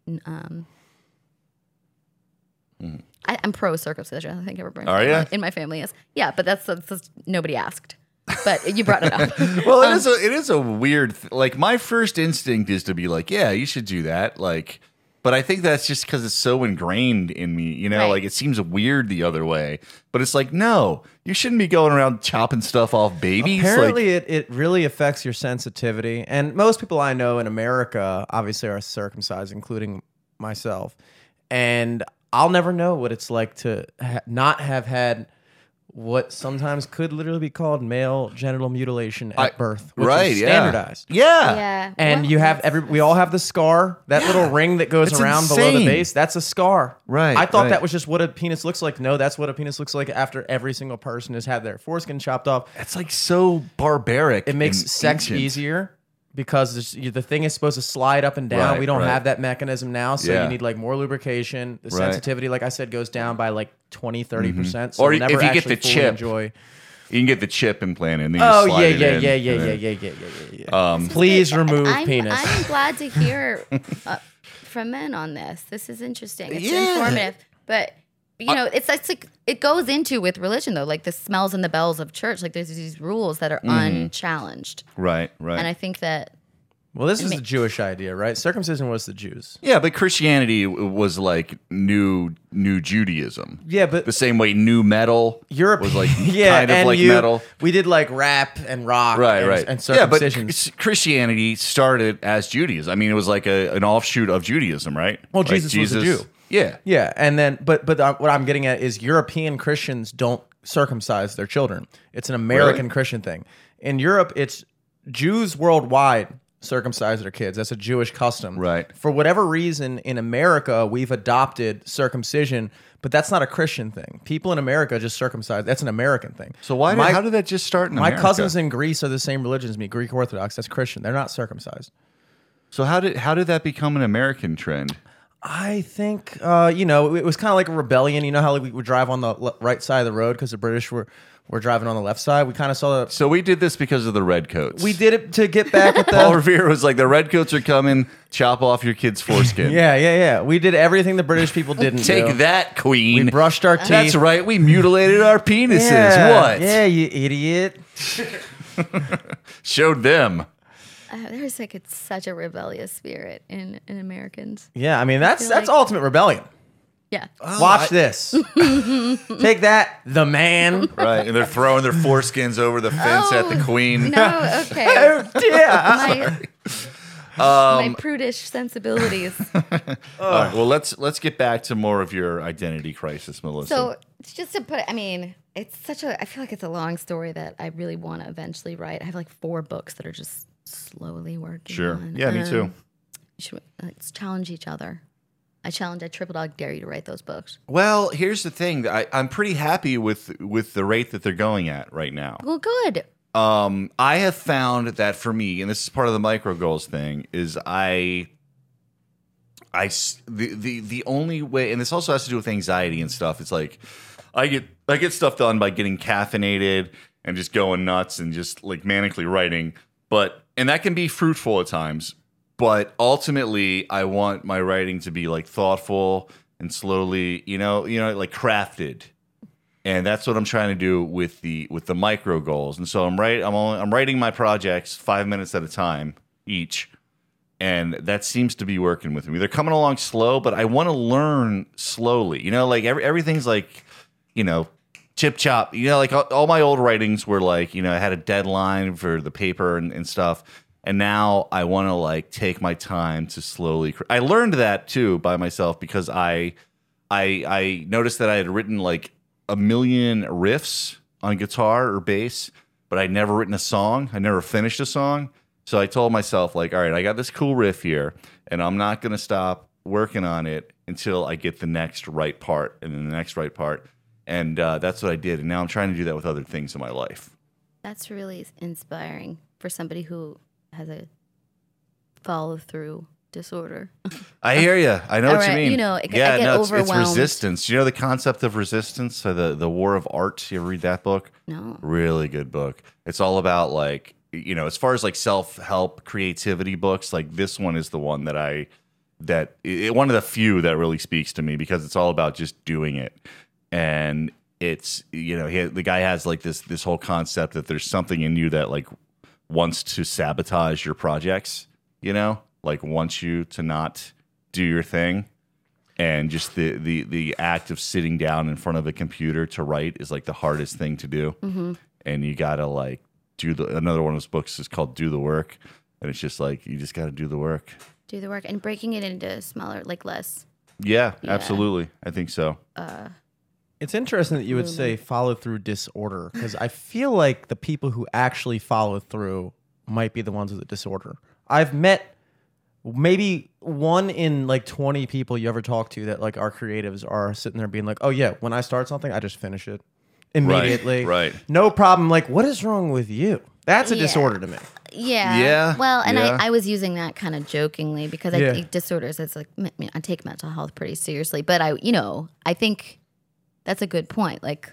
D: n- Um, I, I'm pro circumcision. I think everybody
A: Hmm. Are ya?
D: in my family is. Yeah, but that's, that's, that's nobody asked. But you brought it
C: [LAUGHS]
D: up.
A: Well,
C: Um,
A: it is a it is a weird th- like my first instinct is to be like, yeah, you should do that, like but I think that's just cuz it's so ingrained in me, you know,
D: Right.
A: like it seems weird the other way, but it's like, no, you shouldn't be going around chopping stuff off babies
C: Apparently,
A: like
C: it, it really affects your sensitivity. And most people I know in America obviously are circumcised, including myself. And I'll never know what it's like to ha- not have had what sometimes could literally be called male genital mutilation at
A: I-
C: birth, which
A: right?
C: is
A: yeah.
C: standardized.
A: Yeah.
D: Yeah.
C: And
D: well,
C: you have
D: that's-
C: every we all have the scar, that little ring that goes
A: It's
C: around below the
A: insane.
C: base, that's a scar.
A: Right,
C: I thought
A: right.
C: that was just what a penis looks like. No, that's what a penis looks like after every single person has had their foreskin chopped off.
A: It's like so barbaric.
C: It makes
A: and
C: sex
A: ancient.
C: easier because it's- you- the thing is supposed to slide up and down.
A: Right,
C: we don't
A: right.
C: have that mechanism now, so
A: Yeah.
C: you need like more lubrication. The
A: Right. Mm-hmm.
C: sensitivity, like I said, goes down by like 20, 30 percent. So
A: Or
C: you'll
A: if
C: never
A: you get
C: actually
A: the
C: fully
A: chip,
C: enjoy.
A: You can get the chip implanted. And then you
C: Oh
A: slide
C: yeah,
A: it
C: yeah,
A: in,
C: yeah, yeah,
A: and
C: yeah,
A: then-
C: yeah, yeah, yeah, yeah.
A: Um,
C: Please
D: Good.
C: remove
D: I'm,
C: penis.
D: I'm glad
C: [LAUGHS]
D: to hear uh, from men on this. This is interesting. It's
A: Yeah.
D: informative, but
C: Uh,
D: you know, it's, it's like it goes into with religion though, like the smells and the bells of church. Like there's these rules that are
C: Mm-hmm.
D: unchallenged,
A: right, right.
D: and I think that
C: well, this is the Jewish idea, right? Circumcision was the Jews.
A: yeah, but Christianity w- was like new new Judaism.
C: Yeah, but
A: The same way new metal
C: Europe
A: was [LAUGHS] like
C: [LAUGHS] yeah,
A: kind of
C: and
A: like
C: you-
A: metal.
C: We did like rap and rock,
A: Right,
C: and,
A: right.
C: and
A: yeah, but
C: circumcision.
A: Chris- Christianity started as Judaism. I mean, it was like a, an offshoot of Judaism, right?
C: Well,
A: Like
C: Jesus was a Jew.
A: Yeah.
C: Yeah, and then but but uh, what I'm getting at is European Christians don't circumcise their children. It's an American
A: Really?
C: Christian thing. In Europe, it's Jews worldwide circumcise their kids. That's a Jewish custom.
A: Right.
C: For whatever reason in America, we've adopted circumcision, but that's not a Christian thing. People in America just circumcise. That's an American thing.
A: So why? Did,
C: My-
A: how did that just start? In
C: my
A: America?
C: cousins in Greece are the same religion as me, Greek Orthodox. That's Christian. They're not circumcised.
A: So how did how did that become an American trend?
C: I think uh, you know it was kind of like a rebellion. You know how like, we would drive on the le- right side of the road because the British were were driving on the left side. We kind of saw that.
A: So we did this because of the redcoats.
C: We did it to get back at [LAUGHS]
A: Paul
C: the.
A: Revere was like, "The redcoats are coming. Chop off your kid's [LAUGHS] foreskin."
C: yeah, yeah, yeah. We did everything the British [LAUGHS] people didn't
A: Take
C: do.
A: that, queen.
C: We brushed our teeth.
A: That's right. We mutilated our penises.
C: Yeah,
A: What?
C: Yeah, you idiot.
A: Showed them.
D: uh, there's like it's such a rebellious spirit in in Americans.
C: Yeah, I mean that's
D: feel
C: that's
D: like-
C: ultimate rebellion. [LAUGHS]
D: Yeah.
C: Watch this. Take that, the [LAUGHS] man.
A: Right, and they're throwing their foreskins over the fence at the
D: Oh,
A: queen.
D: No.
C: [LAUGHS]
D: Okay.
C: Oh, dear.
D: my, [LAUGHS]
C: Um,
D: my prudish sensibilities.
A: All right, well, let's let's get back to more of your identity crisis, Melissa.
D: So it's just to put, I mean, it's such a. I feel like it's a long story that I really want to eventually write. I have like four books that are just slowly working.
A: sure.
D: on.
A: Yeah, me
D: Um,
A: too.
D: you should, let's challenge each other. I challenge. I triple dog dare you to write those books.
A: Well, here's the thing. I, I'm pretty happy with with the rate that they're going at right now.
D: Well, good.
A: Um, I have found that for me, and this is part of the micro goals thing, is I, I s- the the the only way, and this also has to do with anxiety and stuff. It's like I get I get stuff done by getting caffeinated and just going nuts and just like manically writing, but and that can be fruitful at times. But ultimately, I want my writing to be like thoughtful and slowly, you know, you know, like crafted and that's what I'm trying to do with the with the micro goals. And so I'm right. I'm only, I'm writing my projects five minutes at a time each, and that seems to be working with me. They're coming along slow, but I want to learn slowly. You know, like every, everything's like, you know, chip chop. You know, like all, all my old writings were like, you know, I had a deadline for the paper and, and stuff. And now I want to like take my time to slowly. Cr- I learned that too by myself because I, I, I noticed that I had written like a million riffs on guitar or bass, but I'd never written a song. I never finished a song. So I told myself, like, all right, I got this cool riff here, and I'm not gonna stop working on it until I get the next right part and then the next right part. And uh, that's what I did. And now I'm trying to do that with other things in my life.
D: That's really inspiring for somebody who has a follow through disorder. [LAUGHS]
A: I hear you. I know
D: All
A: what you
D: right,
A: mean.
D: you know, it- I
A: yeah,
D: get
A: no, it's, it's
D: overwhelmed.
A: resistance. You know the concept of resistance, so the the war of art. You ever read that book?
D: No.
A: Really good book. It's all about like you know, as far as like self help creativity books, like this one is the one that I that it, one of the few that really speaks to me because it's all about just doing it and it's you know he, the guy has like this this whole concept that there's something in you that like wants to sabotage your projects you know like wants you to not do your thing and just the the the act of sitting down in front of a computer to write is like the hardest thing to do and you gotta like do the another one of his books is called do the work and it's just like you just gotta do the work
D: Do the work and breaking it into smaller, like less
A: yeah, absolutely. I think so.
C: It's interesting that you would say follow through disorder because I feel like the people who actually follow through might be the ones with a disorder. I've met maybe one in like 20 people you ever talk to that like our creatives are sitting there being like, oh yeah, when I start something, I just finish it immediately.
A: right.
C: No problem. Like, what is wrong with you? That's a
D: Yeah.
C: disorder to me.
D: Yeah.
A: Yeah,
D: Well, and
A: yeah.
D: I, I was using that kind of jokingly because
C: Yeah.
D: I think disorders, it's like, me- me- I take mental health pretty seriously. But I, you know, I think that's a good point. Like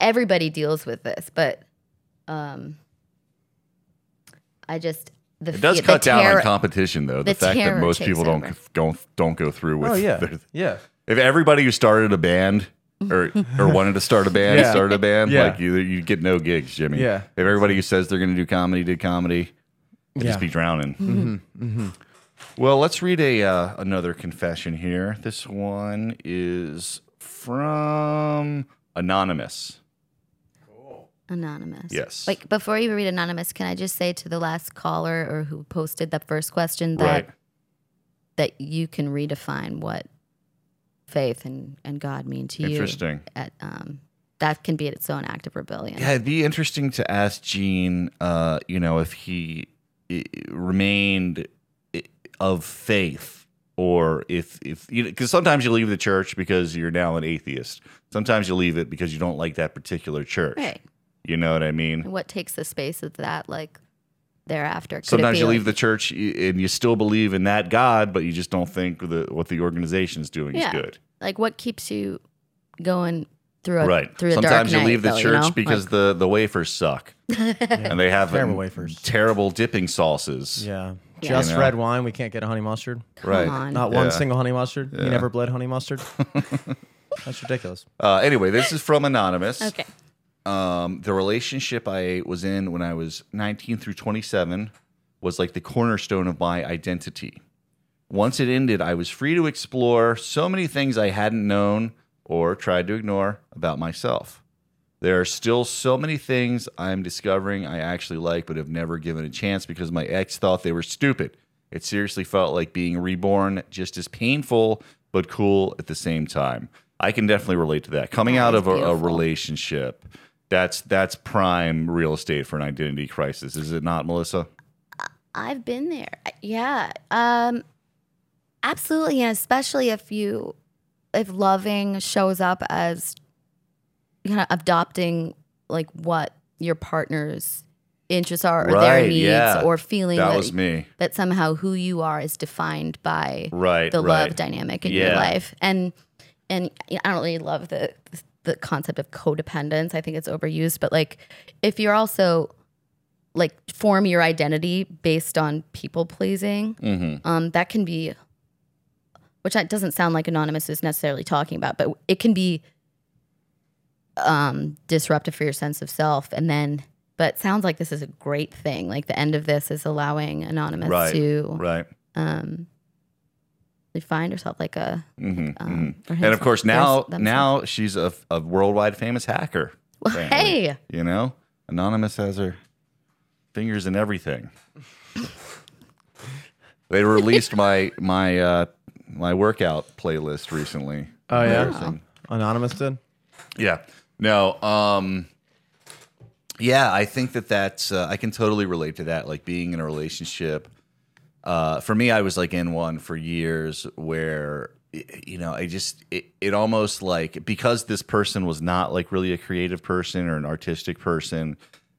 D: everybody deals with this, but um, I just, the
A: It does
D: fe- the
A: cut down
D: terror-
A: on competition, though. The,
D: the
A: fact that
D: terror
A: most
D: takes
A: people don't,
D: over.
A: don't don't go through [LAUGHS] with.
C: Oh yeah.
A: their-
C: Yeah.
A: if everybody who started a band or or wanted to
C: [LAUGHS]
A: start a band
C: Yeah.
A: started a band,
C: Yeah.
A: like you you get no gigs, Jimmy.
C: Yeah.
A: If everybody who says they're going to do comedy did comedy, they'd
C: Yeah. Mm-hmm.
A: just be drowning. Well, let's read a uh, another confession here. This one is from anonymous.
D: Anonymous.
A: Yes.
D: Like before you read anonymous, can I just say to the last caller or who posted the first question that
A: Right.
D: that you can redefine what faith and, and God mean to you.
A: Interesting.
D: At, um, that can be its own act of rebellion.
A: Yeah, it'd be interesting to ask Gene, uh, you know, if he i- remained i- of faith or if, if you know, because sometimes you leave the church because you're now an atheist. Sometimes you leave it because you don't like that particular church.
D: Right.
A: You know what I mean?
D: And what takes the space of that, like thereafter? Could it
A: Sometimes
D: be
A: you
D: like-
A: leave the church i- and you still believe in that God, but you just don't think the, what the organization's doing
D: Yeah.
A: is good.
D: Like what keeps you going through a
A: right.
D: through a dark
A: Sometimes you
D: night,
A: leave the
D: though,
A: church
D: you know?
A: because
D: Like,
A: the, the wafers
D: [LAUGHS]
A: suck and they have
C: Terrible
A: um,
C: wafers.
A: terrible dipping sauces.
C: Yeah.
D: Yeah.
C: Just
A: You know?
C: red wine. We can't get a honey mustard.
D: come
A: right.
D: on.
C: Not one
A: Yeah.
C: single honey mustard.
A: Yeah.
C: You never bled
A: [LAUGHS]
C: honey mustard. That's ridiculous.
A: Uh, anyway, this is from Anonymous.
D: okay.
A: Um, the relationship I was in when I was 19 through 27 was like the cornerstone of my identity. Once it ended, I was free to explore so many things I hadn't known or tried to ignore about myself. There are still so many things I'm discovering I actually like but have never given a chance because my ex thought they were stupid. It seriously felt like being reborn, just as painful but cool at the same time. I can definitely relate to that. Coming out of a, a
D: beautiful.
A: relationship, that's that's prime real estate for an identity crisis, is it not, Melissa?
D: I've been there. I- Yeah. Um absolutely and especially if you if loving shows up as kind of adopting like what your partner's interests are or
A: Right,
D: their needs
A: yeah.
D: or feeling
A: That
D: that,
A: was me.
D: that somehow who you are is defined by
A: Right.
D: the
A: right.
D: love dynamic in your
A: Yeah.
D: life and and you know, i don't really love the the concept of codependence i think it's overused but like if you're also like form your identity based on people pleasing
A: Mhm.
D: um that can be which that doesn't sound like anonymous is necessarily talking about but it can be um disruptive for your sense of self and then but it sounds like this is a great thing like the end of this is allowing anonymous
A: Right,
D: to
A: Right.
D: um they find herself like a
A: hmm
D: um, or
A: And of
D: himself-
A: course, now
D: themselves.
A: now she's a, a worldwide famous hacker.
D: Well,
A: apparently.
D: hey
A: you know, Anonymous has her fingers in everything. they released my my uh, my workout playlist recently.
C: Oh yeah.
A: Amazing.
C: Anonymous did.
A: Yeah. No. Um. Yeah, I think that that's. Uh, I can totally relate to that. Like being in a relationship. Uh, for me, I was like in one for years where y- you know I just it, it almost like because this person was not like really a creative person or an artistic person,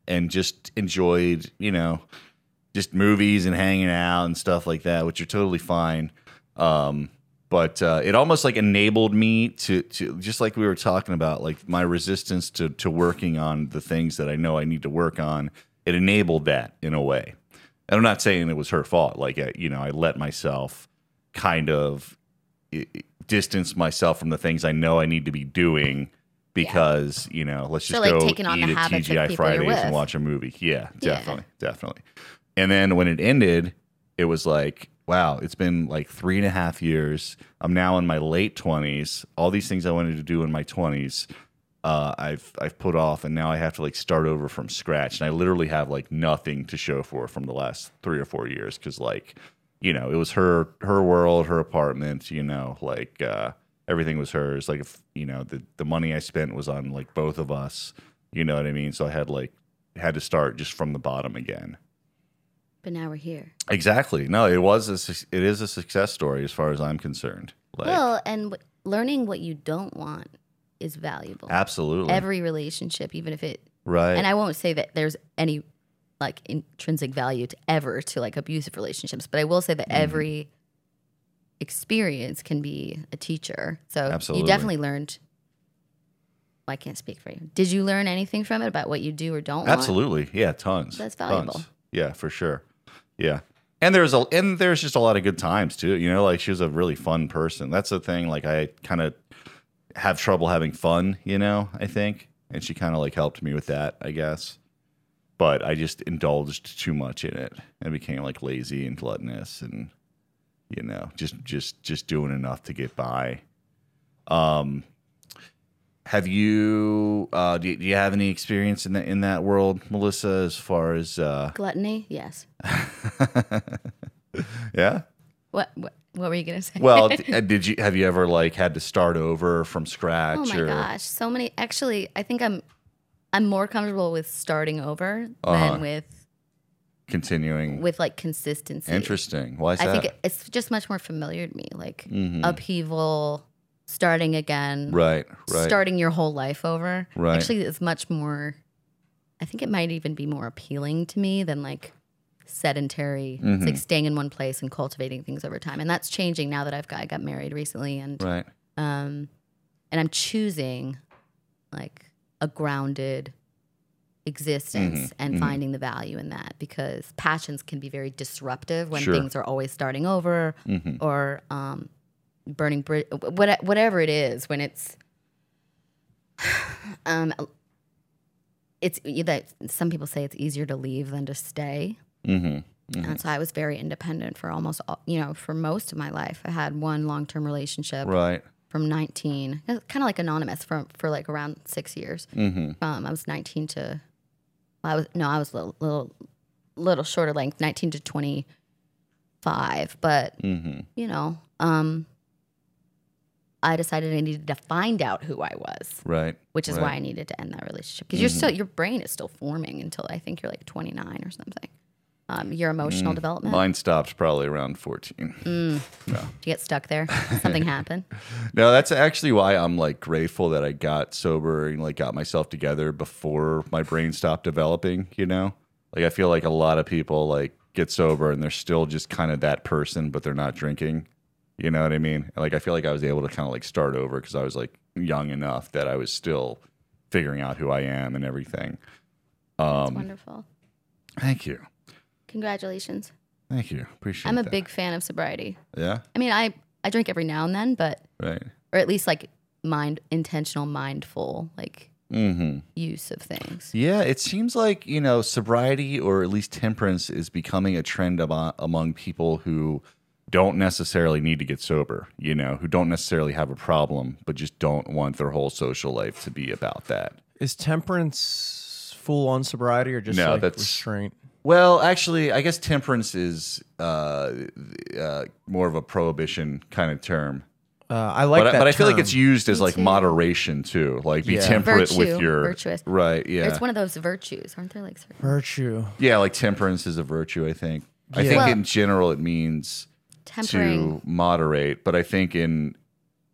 A: and just enjoyed you know just movies and hanging out and stuff like that, which are totally fine. Um, but uh, it almost like enabled me to to just like we were talking about, like my resistance to to working on the things that I know I need to work on. It enabled that in a way. And I'm not saying it was her fault. Like uh, you know, I let myself kind of i- i- distance myself from the things I know I need to be doing because you know, let's
D: So,
A: just
D: like,
A: go
D: taking on
A: eat
D: the
A: at
D: habits of people
A: TGI
D: you're
A: Fridays and
D: with.
A: watch a movie. Yeah,
D: Yeah.
A: definitely, definitely. And then when it ended, it was like, wow, it's been like three and a half years. I'm now in my late twenties. All these things I wanted to do in my twenties, uh, I've I've put off, and now I have to like start over from scratch. And I literally have like nothing to show for it from the last three or four years because like, you know, it was her her world, her apartment. You know, like uh, everything was hers. Like if you know the the money I spent was on like both of us. You know what I mean? So I had like had to start just from the bottom again.
D: But now we're here.
A: Exactly. No, it was a suc- it is a success story as far as I'm concerned. Like
D: well, and w- learning what you don't want is valuable.
A: absolutely
D: Every relationship, even if it,
A: right.
D: and I won't say that there's any like intrinsic value to ever to like abusive relationships, but I will say that
A: Mm-hmm.
D: every experience can be a teacher. So
A: Absolutely.
D: you definitely learned. Well, I can't speak for you. Did you learn anything from it about what you do or don't want?
A: Absolutely. Yeah, tons.
D: That's
A: Tons.
D: valuable.
A: Yeah, for sure. Yeah. And there's a and there's just a lot of good times too. You know, like she was a really fun person. That's the thing. Like I kind of have trouble having fun, you know, I think. And she kind of like helped me with that, I guess. But I just indulged too much in it and became like lazy and gluttonous and you know, just just just doing enough to get by. Um have you uh do, do you have any experience in that in that world, Melissa, as far as uh
D: Gluttony? Yes.
A: [LAUGHS] yeah?
D: What, what what were you gonna say? [LAUGHS]
A: Well, d- uh, did you have you ever like had to start over from scratch
D: Oh my
A: or
D: gosh, so many. Actually, I think I'm I'm more comfortable with starting over
A: Uh-huh.
D: than with
A: continuing?
D: with like consistency.
A: Interesting. Why is
D: I
A: that? Mm-hmm.
D: think it's just much more familiar to me, like
A: Mm.
D: upheaval, starting again,
A: right, right.
D: starting your whole life over.
A: Right.
D: Actually, it's much more. I think it might even be more appealing to me than like sedentary, it's
A: Mm-hmm.
D: like staying in one place and cultivating things over time. And that's changing now that I've got I got married recently and
A: right.
D: um, and I'm choosing like a grounded existence
A: Mm-hmm.
D: and finding the value in that because passions can be very disruptive when
A: Sure.
D: things are always starting over
A: Mm-hmm,
D: or um, burning bridge, what, whatever it is when it's [SIGHS] um, it's that some people say it's easier to leave than to stay
A: mm-hmm.
D: and so I was very independent for almost all, you know for most of my life I had one long term relationship
A: Right.
D: from 19 kind of like anonymous from for like around six years
A: Mm-hmm,
D: um, i was 19 to well, i was no i was a little little, little shorter length 19 to 25 but
A: mm-hmm.
D: you know um, i decided i needed to find out who i was
A: Right.
D: which is
A: right. Mm-hmm.
D: why i needed to end that relationship because you're still your brain is still forming until i think you're like 29 or something um, your emotional
A: Mm,
D: development
A: mine stopped probably around 14.
D: Mm. you get stuck there
A: [LAUGHS]
D: something happened
A: Um, No, that's actually why I'm like grateful that I got sober and like got myself together before my brain stopped developing, you know? Like I feel like a lot of people like get sober and they're still just kind of that person, but they're not drinking. You know what I mean? Like I feel like I was able to kind of like start over because I was like young enough that I was still figuring out who I am and everything.
D: it's wonderful
A: Thank you.
D: congratulations
A: Thank you. Appreciate
D: I'm a
A: that.
D: big fan of sobriety.
A: Yeah.
D: I mean, I I drink every now and then, but
A: Right.
D: or at least like mind intentional, mindful like
A: Mm-hmm.
D: use of things.
A: Yeah, it seems like you know sobriety or at least temperance is becoming a trend amo- among people who don't necessarily need to get sober. You know, who don't necessarily have a problem, but just don't want their whole social life to be about that.
C: Is temperance full on sobriety or just
A: No,
C: like
A: that's-
C: restraint?
A: Well, actually, I guess temperance is uh, uh, more of a prohibition kind of term.
C: Uh, I like
A: but, I-
C: that.
A: but I feel like
C: term.
A: it's used as
D: Me
A: like
D: too.
A: moderation too. Like be
C: Yeah.
A: temperate with
D: Virtue,
A: your
D: virtuous.
A: Right. Yeah.
D: It's one of those virtues, aren't there? Like certain
C: virtue.
A: yeah. Like temperance is a virtue. I think. I
C: Yeah.
A: think
D: Well-
A: in general it means.
D: tempering.
A: to moderate, but I think in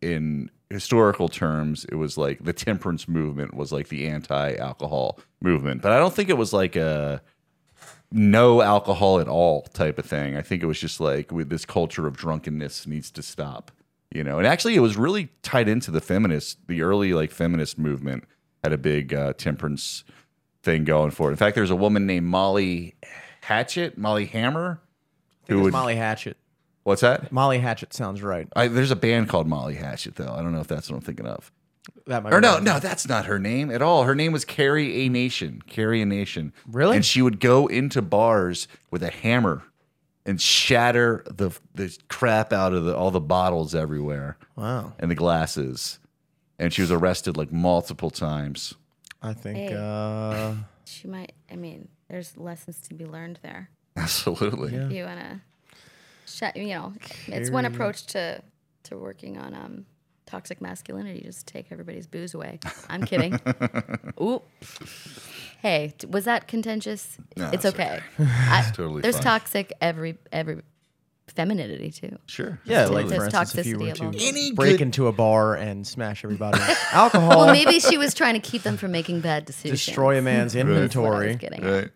A: in historical terms, it was like the temperance movement was like the anti-alcohol movement, but I don't think it was like a no alcohol at all type of thing. I think it was just like with this culture of drunkenness needs to stop, you know. And actually, it was really tied into the feminist, the early like feminist movement had a big uh, temperance thing going for it. In fact, there's a woman named Molly Hatchet, Molly Hammer,
C: I think
A: Who
C: it's
A: would-
C: Molly Hatchet.
A: what's that?
C: Molly Hatchet sounds right.
A: I, there's a band called Molly Hatchet, though. I don't know if that's what I'm thinking of.
C: That might
A: Or
C: be
A: no,
C: right.
A: no, that's not her name at all. Her name was Carrie A Nation. Carrie A Nation.
C: Really?
A: And she would go into bars with a hammer and shatter the the crap out of the, all the bottles everywhere
C: Wow.
A: and the glasses. And she was arrested like multiple times. [LAUGHS]
C: I think
D: [LAUGHS] Hey.
C: uh,
D: She might. I mean, there's lessons to be learned there.
A: Absolutely.
C: Yeah.
D: If you wanna shut, you know, it's one approach to to working on um toxic masculinity just take everybody's booze away. I'm kidding. Oop. Hey, t- was that contentious?
A: No,
D: it's
A: it's
D: okay. I-
A: totally
D: there's
A: fine.
D: toxic every every femininity too.
A: Sure.
C: Yeah,
D: There's
C: like for instance, if you
D: toxicity
C: were
D: of all
C: to
D: that.
A: Any
C: break
A: good-
C: into a bar and smash everybody's alcohol,
D: [LAUGHS] Well, maybe she was trying to keep them from making bad decisions.
C: destroy a
A: [LAUGHS]
C: man's
D: That's what I was
C: inventory.
D: getting at.
A: Right.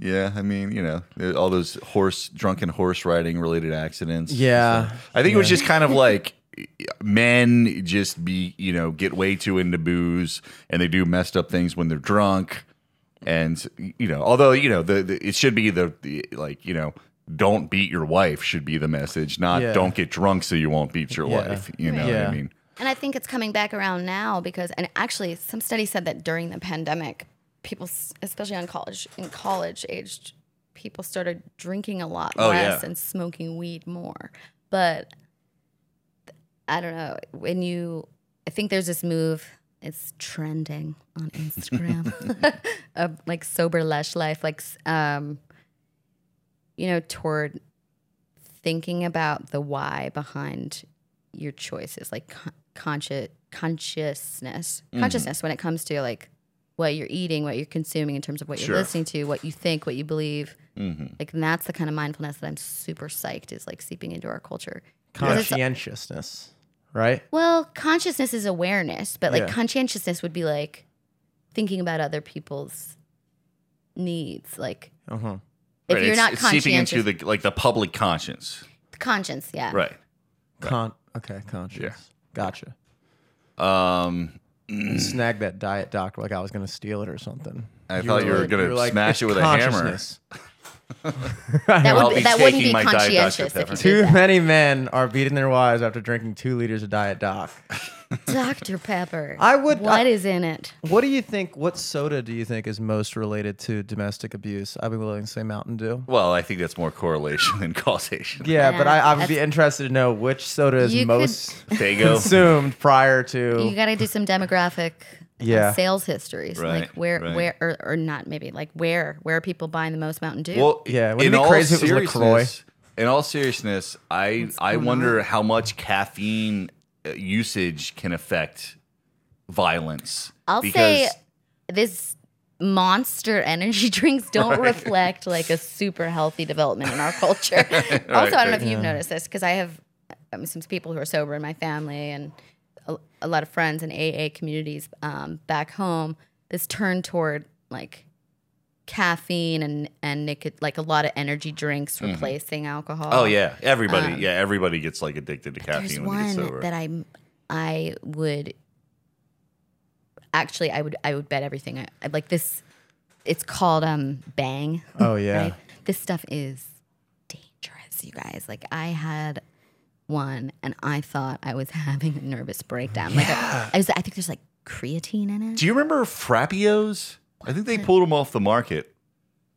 A: Yeah, I mean, you know, all those horse, drunken horse riding related accidents.
C: Yeah.
A: I think it was just kind
C: [LAUGHS]
A: of like men just be, you know, get way too into booze and they do messed up things when they're drunk. And, you know, although, you know, the, the it should be the, the, like, you know, don't beat your wife should be the message, not
C: Yeah.
A: don't get drunk so you won't beat your
C: Yeah.
A: wife. You know what
C: Yeah.
A: I mean?
D: And I think it's coming back around now because, and actually, some study said that during the pandemic, people, s- especially on college, in college aged people, started drinking a lot
A: Oh,
D: less
A: yeah.
D: and smoking weed more. But I don't know when you. I think there's this move. It's trending on Instagram,
A: [LAUGHS]
D: [LAUGHS] of like sober lash life, like s- um, you know, toward thinking about the why behind your choices, like con- conscious consciousness,
A: Mm-hmm.
D: consciousness when it comes to like what you're eating, what you're consuming in terms of what
A: Sure.
D: you're listening to, what you think, what you believe. Like and that's the kind of mindfulness that I'm super psyched is like seeping into our culture. 'Cause it's-
C: Conscientiousness, right?
D: well, consciousness is awareness, but like
C: Yeah.
D: conscientiousness would be like thinking about other people's needs. Like
C: Uh huh.
D: if
A: Right,
D: you're
A: it's-
D: not
A: it's
D: conscientious, Uh.
A: seeping into the like the public conscience,
D: conscience, yeah.
A: right?
C: Con. Okay, conscious. Gotcha.
A: Um,
C: Snag that diet doc like I was gonna steal it or something.
A: I thought you were gonna smash
C: it's
A: it with a hammer.
C: consciousness. [LAUGHS]
D: That,
A: I'll
D: would be,
A: be
D: that wouldn't
A: taking
D: be
A: my Diet Dr.
D: conscientious if
A: Pepper.
D: you
C: Too
D: did that.
C: many men are beating their wives after drinking two liters of diet doc.
D: Dr. Pepper.
C: I would- uh,
D: What
C: I-
D: is in it?
C: What do you think? What soda do you think is most related to domestic abuse? I'd be willing to say Mountain Dew.
A: Well, I think that's more correlation [LAUGHS] than causation.
C: Yeah, but I, I would be
D: That's-
C: interested to know which soda is
D: You could- [LAUGHS]
C: most [LAUGHS]
A: Fago.
C: consumed prior
D: You
C: to.
D: got to do some demographic uh,
C: Yeah.
D: sales histories, like
A: Right,
D: where
A: right.
D: where or, or not maybe like where where are people buying the most Mountain Dew?
A: Well,
C: Yeah,
A: in
C: wouldn't it be
A: all
C: crazy if it was LaCroix?
A: seriousness, in all seriousness, I I wonder how much caffeine uh, usage can affect violence. [LAUGHS]
D: I'll say this monster energy [LAUGHS] drinks don't reflect like a super healthy development in our culture.
A: [LAUGHS]
D: also, I don't know if you've noticed this because I have um, some people who are sober in my family and a, a lot of friends in AA communities um, back home. This turn toward like caffeine and and nicot- like a lot of energy drinks replacing alcohol.
A: Mm-hmm. Oh yeah, everybody. yeah, everybody gets like addicted to
D: Um, There's
A: caffeine when they
D: one
A: get sober.
D: that I I would actually I would I would bet everything. I, I like this. It's called um Bang.
C: Oh yeah.
D: Right? This stuff is dangerous, you guys. Like I had one, and I thought I was [LAUGHS] having a nervous breakdown.
A: [LAUGHS]
D: Like I, I was. I think there's like creatine in it.
A: Do you remember Frappios? I think they pulled them off the market.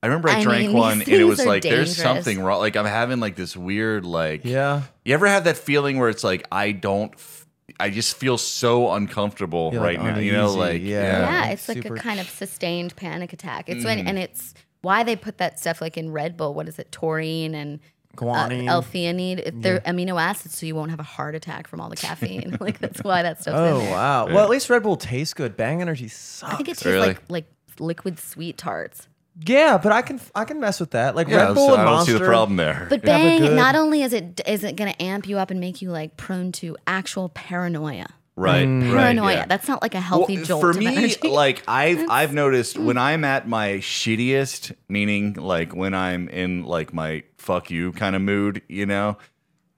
A: I remember I,
D: I
A: drank
D: mean, these
A: one and it
D: things
A: was
D: are
A: like there's
D: dangerous.
A: something wrong. Like I'm having like this weird like
C: Yeah.
A: You ever have that feeling where it's like I don't, f- I just feel so uncomfortable
C: You're, like,
A: right now. You know,
C: uh, uneasy,
A: like
C: yeah.
D: yeah,
C: like
D: it's like
C: super- Mm.
D: a kind of sustained panic attack. It's when and it's why they put that stuff like in Red Bull. What is it, taurine and
C: Guanine.
D: uh, L-theanine. It- They're amino acids, so you won't have a heart attack from all the caffeine. [LAUGHS] like that's why that stuff's
C: oh
D: in there.
C: wow. Well, at least Red Bull tastes good. Bang Energy sucks.
D: I think it tastes
A: Really?
D: like like liquid sweet tarts.
C: yeah, but I can I can mess with that. Like
A: Yeah,
C: Red Bull
A: so
C: and
A: I don't
C: Monster.
A: see the problem there.
D: But
C: Yeah, but
D: bang,
C: good.
D: not only is it is it going to amp you up and make you like prone to actual paranoia.
A: right, right,
D: Paranoia.
A: yeah.
D: That's not like a healthy
A: Well,
D: jolt
A: for
D: of
A: me,
D: energy.
A: [LAUGHS]
D: mm.
A: like I've I've noticed when I'm at my shittiest, meaning like when I'm in like my fuck you kind of mood, you know,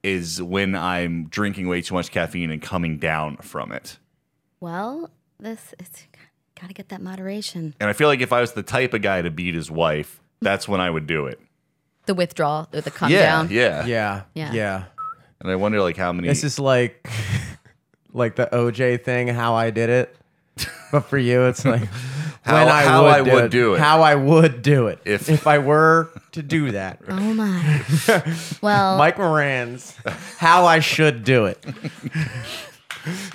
A: is when I'm drinking way too much caffeine and coming down from it.
D: well, this it's got to get that moderation.
A: And I feel like if I was the type of guy to beat his wife, that's when I would do it.
D: The withdrawal, or the calm
A: yeah,
D: down.
A: yeah,
C: Yeah.
D: Yeah.
C: Yeah.
A: And I wonder like how many.
C: This is like [LAUGHS] like the OJ thing, how I did it. But for you,
A: [LAUGHS]
C: it's like
A: How-
C: when I
A: how
C: would,
A: I
C: do,
A: would
C: it,
A: do it.
C: How I would do it
A: If-
C: if I were to do
D: [LAUGHS]
C: that.
A: [LAUGHS]
D: Oh my. well,
C: Mike Moran's how I should do it.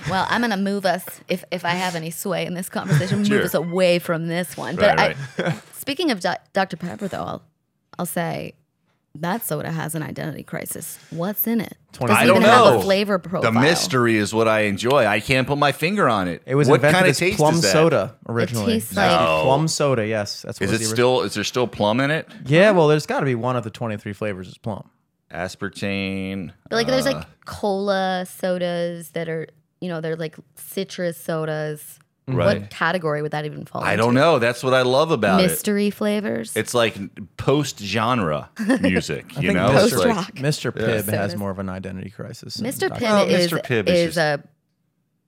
D: Well, I'm gonna move us if if I have any sway in this conversation,
A: Sure.
D: move us away from this one.
A: Right, [LAUGHS]
D: but I, speaking of Do- Dr. Pepper, though, I'll I'll say that soda has an identity crisis. What's in it?
C: 20
D: Does it
A: I don't
D: even have
A: know.
D: a flavor profile?
A: The mystery is what I enjoy. I can't put my finger on it.
C: It was
A: what
C: invented
A: kind of
C: as
A: taste
C: plum
A: is that?
C: soda originally.
D: tastes No. like-
C: plum soda. Yes, that's
A: Is
C: what
A: it
C: the ori-
A: still? Is there still plum in it?
C: Yeah, well, there's got to be one of the 23 flavors is plum.
A: Aspartame.
D: But like there's
A: uh,
D: like cola sodas that are you know they're like citrus sodas.
A: Mm-hmm. Right.
D: What category would that even fall?
A: I
D: into?
A: don't know. That's what I love about it.
D: Mystery flavors.
A: It's like post
D: [LAUGHS]
A: genre music. you know,
C: Mr.
A: It's like-
D: Post-rock.
C: Mr. Pibb has
D: Sodas.
C: more of an identity crisis. than
D: Mr.
C: Dr.
D: Pibb
A: Oh,
D: is
A: Mr. Pibb is
D: is, a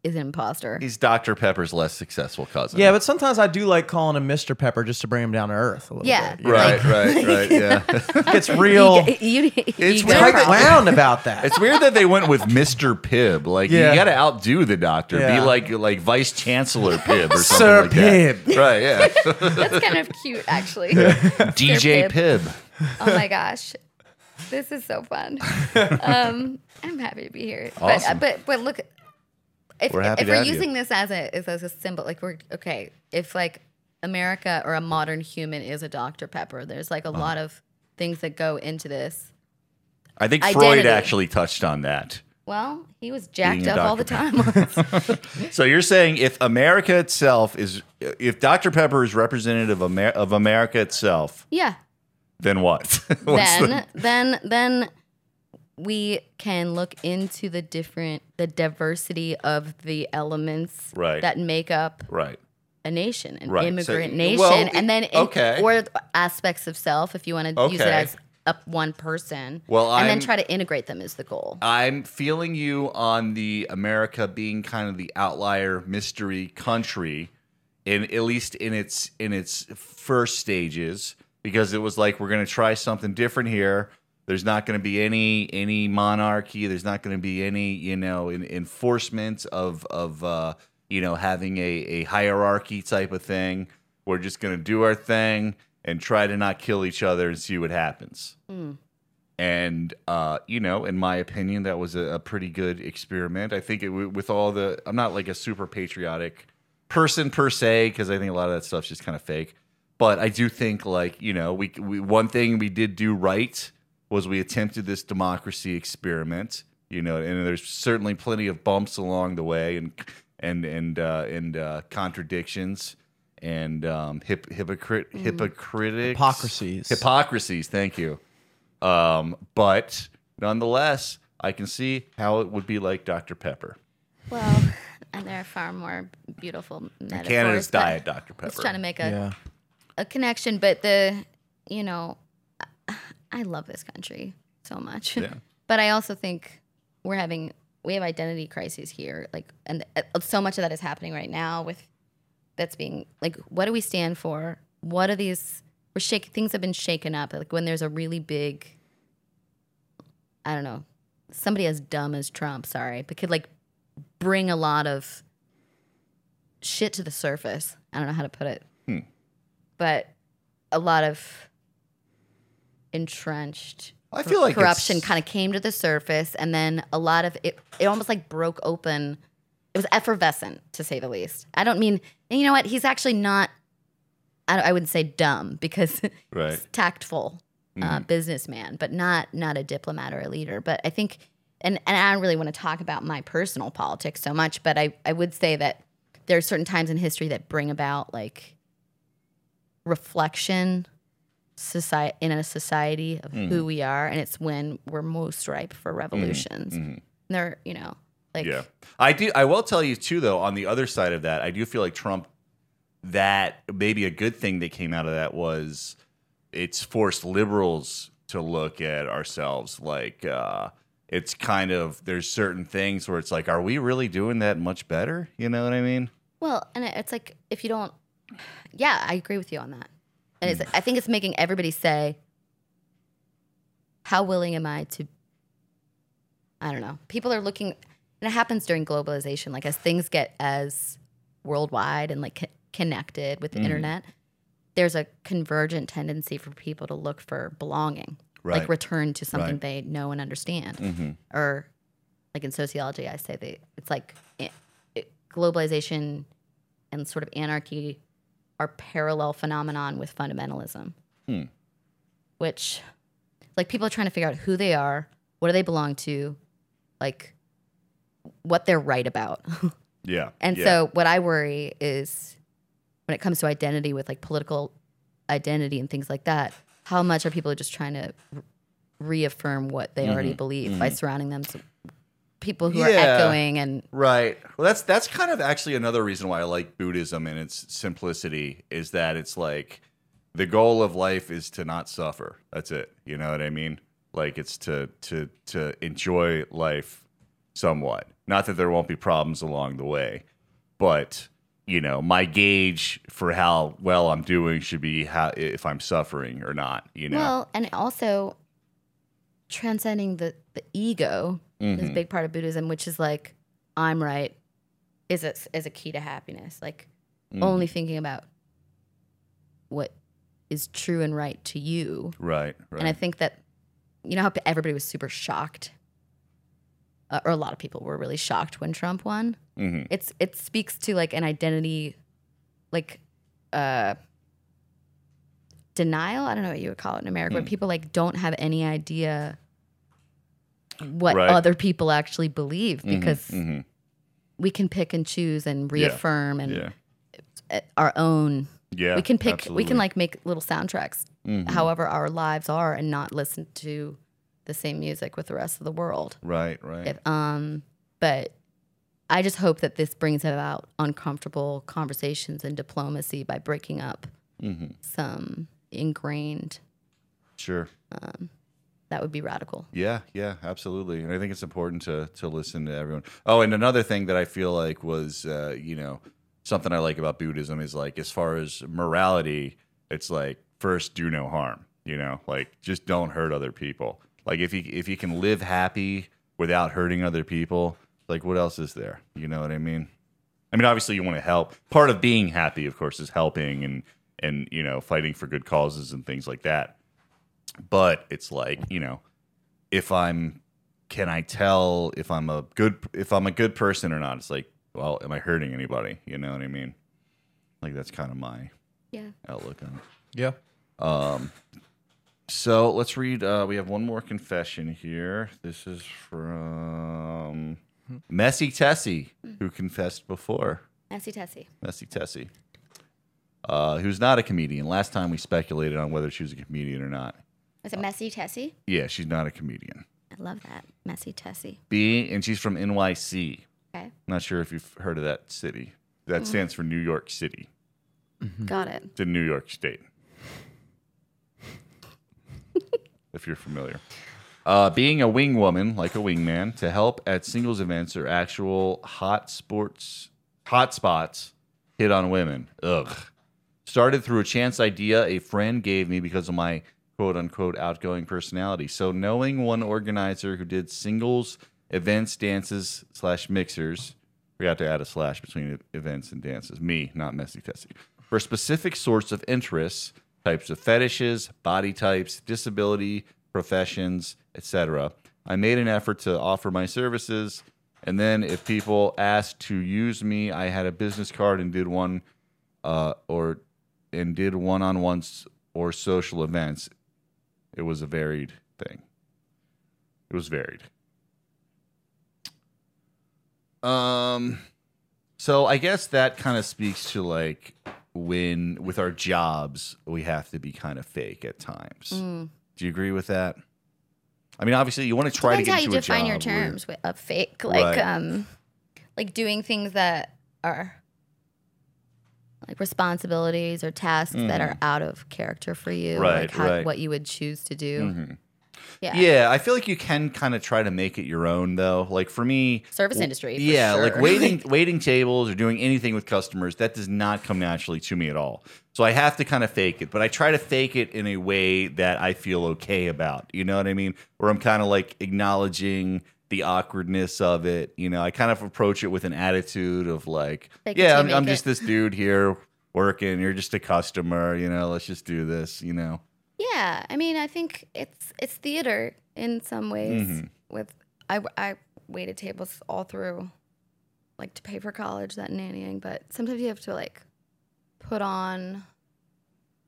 D: is an imposter.
A: he's Dr Pepper's less successful cousin.
C: Yeah, but sometimes I do like calling him Mr. Pepper just to bring him down to earth a little
D: Yeah.
C: bit.
A: right,
D: [LAUGHS]
A: right, right. Yeah. [LAUGHS]
C: It gets real
D: You, you,
A: It's
D: you
A: weird
D: go
A: that-
D: from-
C: wound about that.
A: It's weird that they went with Mr. Pibb. Like
C: Yeah.
A: you got to outdo the doctor.
C: Yeah.
A: Be like like Vice Chancellor
C: [LAUGHS]
A: Pibb or something
C: Sir
A: like that. Right?
C: [LAUGHS]
A: Yeah.
D: That's kind of cute, actually.
A: [LAUGHS] DJ Pibb.
D: Oh my gosh, this is
A: [LAUGHS]
D: so fun. Um, I'm happy to be here.
A: Awesome.
D: But, but but look, if
A: We're happy
D: if
A: to
D: we're
A: have you.
D: using this as a as, as a symbol, like we're okay. If like America or a modern human is a Dr Pepper, there's like a
A: Uh-huh.
D: lot of things that go into this.
A: I think Freud
D: Identity.
A: actually touched on that.
D: Well, he was jacked
A: Being a
D: up all the
A: Dr.
D: time.
A: [LAUGHS]
D: once.
A: So you're saying if America itself is if Dr Pepper is representative of, Amer- of America itself,
D: [LAUGHS] yeah.
A: then what? [LAUGHS] What's the-
D: then then then we can look into the different the diversity of the elements
A: Right.
D: that make up
A: right.
D: a nation, an
A: Right. So,
D: immigrant
A: y-
D: nation,
A: well,
D: and then in,
A: okay.
D: or aspects of self if you want to use it
A: Okay.
D: as up one person.
A: Well,
D: and
A: I'm-
D: then try to integrate them is the goal.
A: I'm feeling you on the America being kind of the outlier mystery country in at least in its in its first stages because it was like we're going to try something different here. There's not going to be any any monarchy, there's not going to be any, you know, in, enforcement of of uh, you know, having a a hierarchy type of thing. We're just going to do our thing and try to not kill each other and see what happens and uh, you know, in my opinion, that was a, a pretty good experiment. I think it w- with all the, I'm not like a super patriotic person per se because I think a lot of that stuff's just kind of fake. But I do think like you know, we, we one thing we did do right was we attempted this democracy experiment. You know, and there's certainly plenty of bumps along the way and and and uh, and uh, contradictions and um, hip, hypocrite hypocritic
C: Hypocrisies.
A: hypocrisies. Thank you. Um, but nonetheless, I can see how it would be like Dr. Pepper.
D: Well, and there are far more beautiful metaphors.
A: Canada's
D: but
A: diet Dr. Pepper.
D: It's trying to make
C: [LAUGHS]
D: a
C: yeah.
D: a connection, but the, you know, I- I love this country so much.
A: Yeah.
D: [LAUGHS] but I also think we're having we have identity crises here, like, and uh, so much of that is happening right now with that's being like, what do we stand for? What are these? We're shaking. Things have been shaken up. Like when there's a really big, I don't know, somebody as dumb as Trump. Sorry, but could like bring a lot of shit to the surface. I don't know how to put it but a lot of entrenched
A: I feel like
D: corruption kind of came to the surface and then a lot of it it almost like broke open it was effervescent to say the least i don't mean and you know what he's actually not i, don't- I wouldn't say dumb because [LAUGHS]
A: Right. Mm-hmm.
D: tactful uh, businessman but not not a diplomat or a leader but i think and, and i don't really want to talk about my personal politics so much but I, I would say that there are certain times in history that bring about like reflection society in a society of who we are and it's when we're most ripe for revolutions and they're you know like
A: Mm-hmm. Yeah. I do I will tell you too though, on the other side of that, I do feel like Trump that maybe a good thing that came out of that was it's forced liberals to look at ourselves like uh it's kind of there's certain things where it's like, are we really doing that much better? You know what I mean?
D: well and it- it's like if you don't yeah i agree with you on that and
A: Hmm.
D: it's i think it's making everybody say how willing am i to i don't know people are looking and it happens during globalization like as things get as worldwide and like co- connected
A: Mm-hmm.
D: with the internet there's a convergent tendency for people to look for belonging
A: Right. Mm-hmm.
D: like return to something
A: Right.
D: they know and understand or like in sociology i say they it's like it, it, globalization and sort of anarchy are parallel phenomenon with fundamentalism which like people are trying to figure out who they are, what do they belong to, like what they're right about. [LAUGHS]
A: Yeah.
D: And
A: yeah.
D: so what I worry is when it comes to identity with like political identity and things like that, how much are people just trying to re- reaffirm what they already believe by surrounding them to people who are
A: Mm-hmm. Yeah.
D: echoing and
A: Right. Well, that's that's kind of actually another reason why I like Buddhism and its simplicity is that it's like the goal of life is to not suffer. That's it. You know what I mean? Like it's to to to enjoy life somewhat. Not that there won't be problems along the way, but you know, my gauge for how well I'm doing should be how if I'm suffering or not, you know.
D: well, and also transcending the the ego
A: Mm-hmm.
D: is a big part of Buddhism, which is like I'm right is a is a key to happiness. Like
A: Mm-hmm.
D: only thinking about what is true and right to you
A: right, right.
D: And I think that, you know, how p- everybody was super shocked, uh, or a lot of people were really shocked when Trump won.
A: Mhm.
D: It's it speaks to like an identity, like, uh, denial. I don't know what you would call it in America,
A: Hmm.
D: where people like don't have any idea what
A: Right.
D: other people actually believe because
A: mhm.
D: we can pick and choose and
A: Yeah.
D: reaffirm and
A: yeah.
D: uh, our own
A: Yeah.
D: we can pick we
A: absolutely. Mm-hmm.
D: can like make little soundtracks however our lives are and not listen to the same music with the rest of the world
A: Right, right.
D: if, um but i just hope that this brings about uncomfortable conversations and diplomacy by breaking up some ingrained
A: sure.
D: that would be radical
A: Yeah, yeah, absolutely. And I think it's important to to listen to everyone. Oh, and another thing that I feel like was uh, you know, something I like about Buddhism is like as far as morality, it's like first do no harm, you know? Like just don't hurt other people. Like if you if you can live happy without hurting other people, like what else is there? You know what I mean? I mean, obviously you want to help. Part of being happy, of course, is helping and and you know, fighting for good causes and things like that. But it's like, you know, if I'm can I tell if I'm a good if I'm a good person or not? It's like, well, am I hurting anybody? You know what I mean? Like that's kind of my
D: yeah
A: outlook on it.
C: Yeah.
A: So let's read. Uh, we have one more confession here. This is from Messy Tessie, who confessed before.
D: messy tessie
A: Messy Tessie, uh, who's not a comedian. Last time we speculated on whether she was a comedian or not.
D: is it messy tessie
A: Yeah, she's not a comedian.
D: i love that messy tessie
A: B, and she's from NYC.
D: okay
A: Not sure if you've heard of that city. That stands for New York City.
D: got it
A: It's in New York State. if you're familiar. Uh, being a wing woman, like a wingman, to help at singles events or actual hot sports, hot spots hit on women. Ugh. Started through a chance idea a friend gave me because of my quote unquote outgoing personality. So knowing one organizer who did singles events, dances, slash mixers, forgot to add a slash between e- events and dances. Me, not messy testy. For specific sorts of interests, types of fetishes, body types, disability, professions, etc. I made an effort to offer my services, and then if people asked to use me, I had a business card and did one uh, or and did one-on-ones or social events. It was a varied thing. It was varied. Um, so I guess that kind of speaks to like when with our jobs we have to be kind of fake at times.
D: Mm.
A: Do you agree with that? I mean, obviously, you want to try to
D: Depends
A: get
D: how you
A: into a
D: define your
A: job where-
D: terms with a fake, like
A: Right.
D: um, like doing things that are like responsibilities or tasks that are out of character for you, or,
A: Mm-hmm. Right,
D: like how,
A: right. Mm-hmm.
D: what you would choose to do. Yeah.
A: Yeah, I feel like you can kind of try to make it your own though. Like for me,
D: Service industry, for
A: yeah, like
D: sure. [LAUGHS]
A: waiting waiting tables or doing anything with customers that does not come naturally to me at all. So I have to kind of fake it, but I try to fake it in a way that I feel okay about. You know what I mean? Where I'm kind of like acknowledging the awkwardness of it. You know, I kind of approach it with an attitude of like,
D: Fake it till
A: yeah,
D: you
A: I'm, I'm
D: make
A: just
D: it.
A: this dude here working. You're just a customer. You know, let's just do this. You know,
D: Yeah, I mean, I think it's it's theater in some ways. With I I waited tables all through, like to pay for college, that nannying. But sometimes you have to like put on,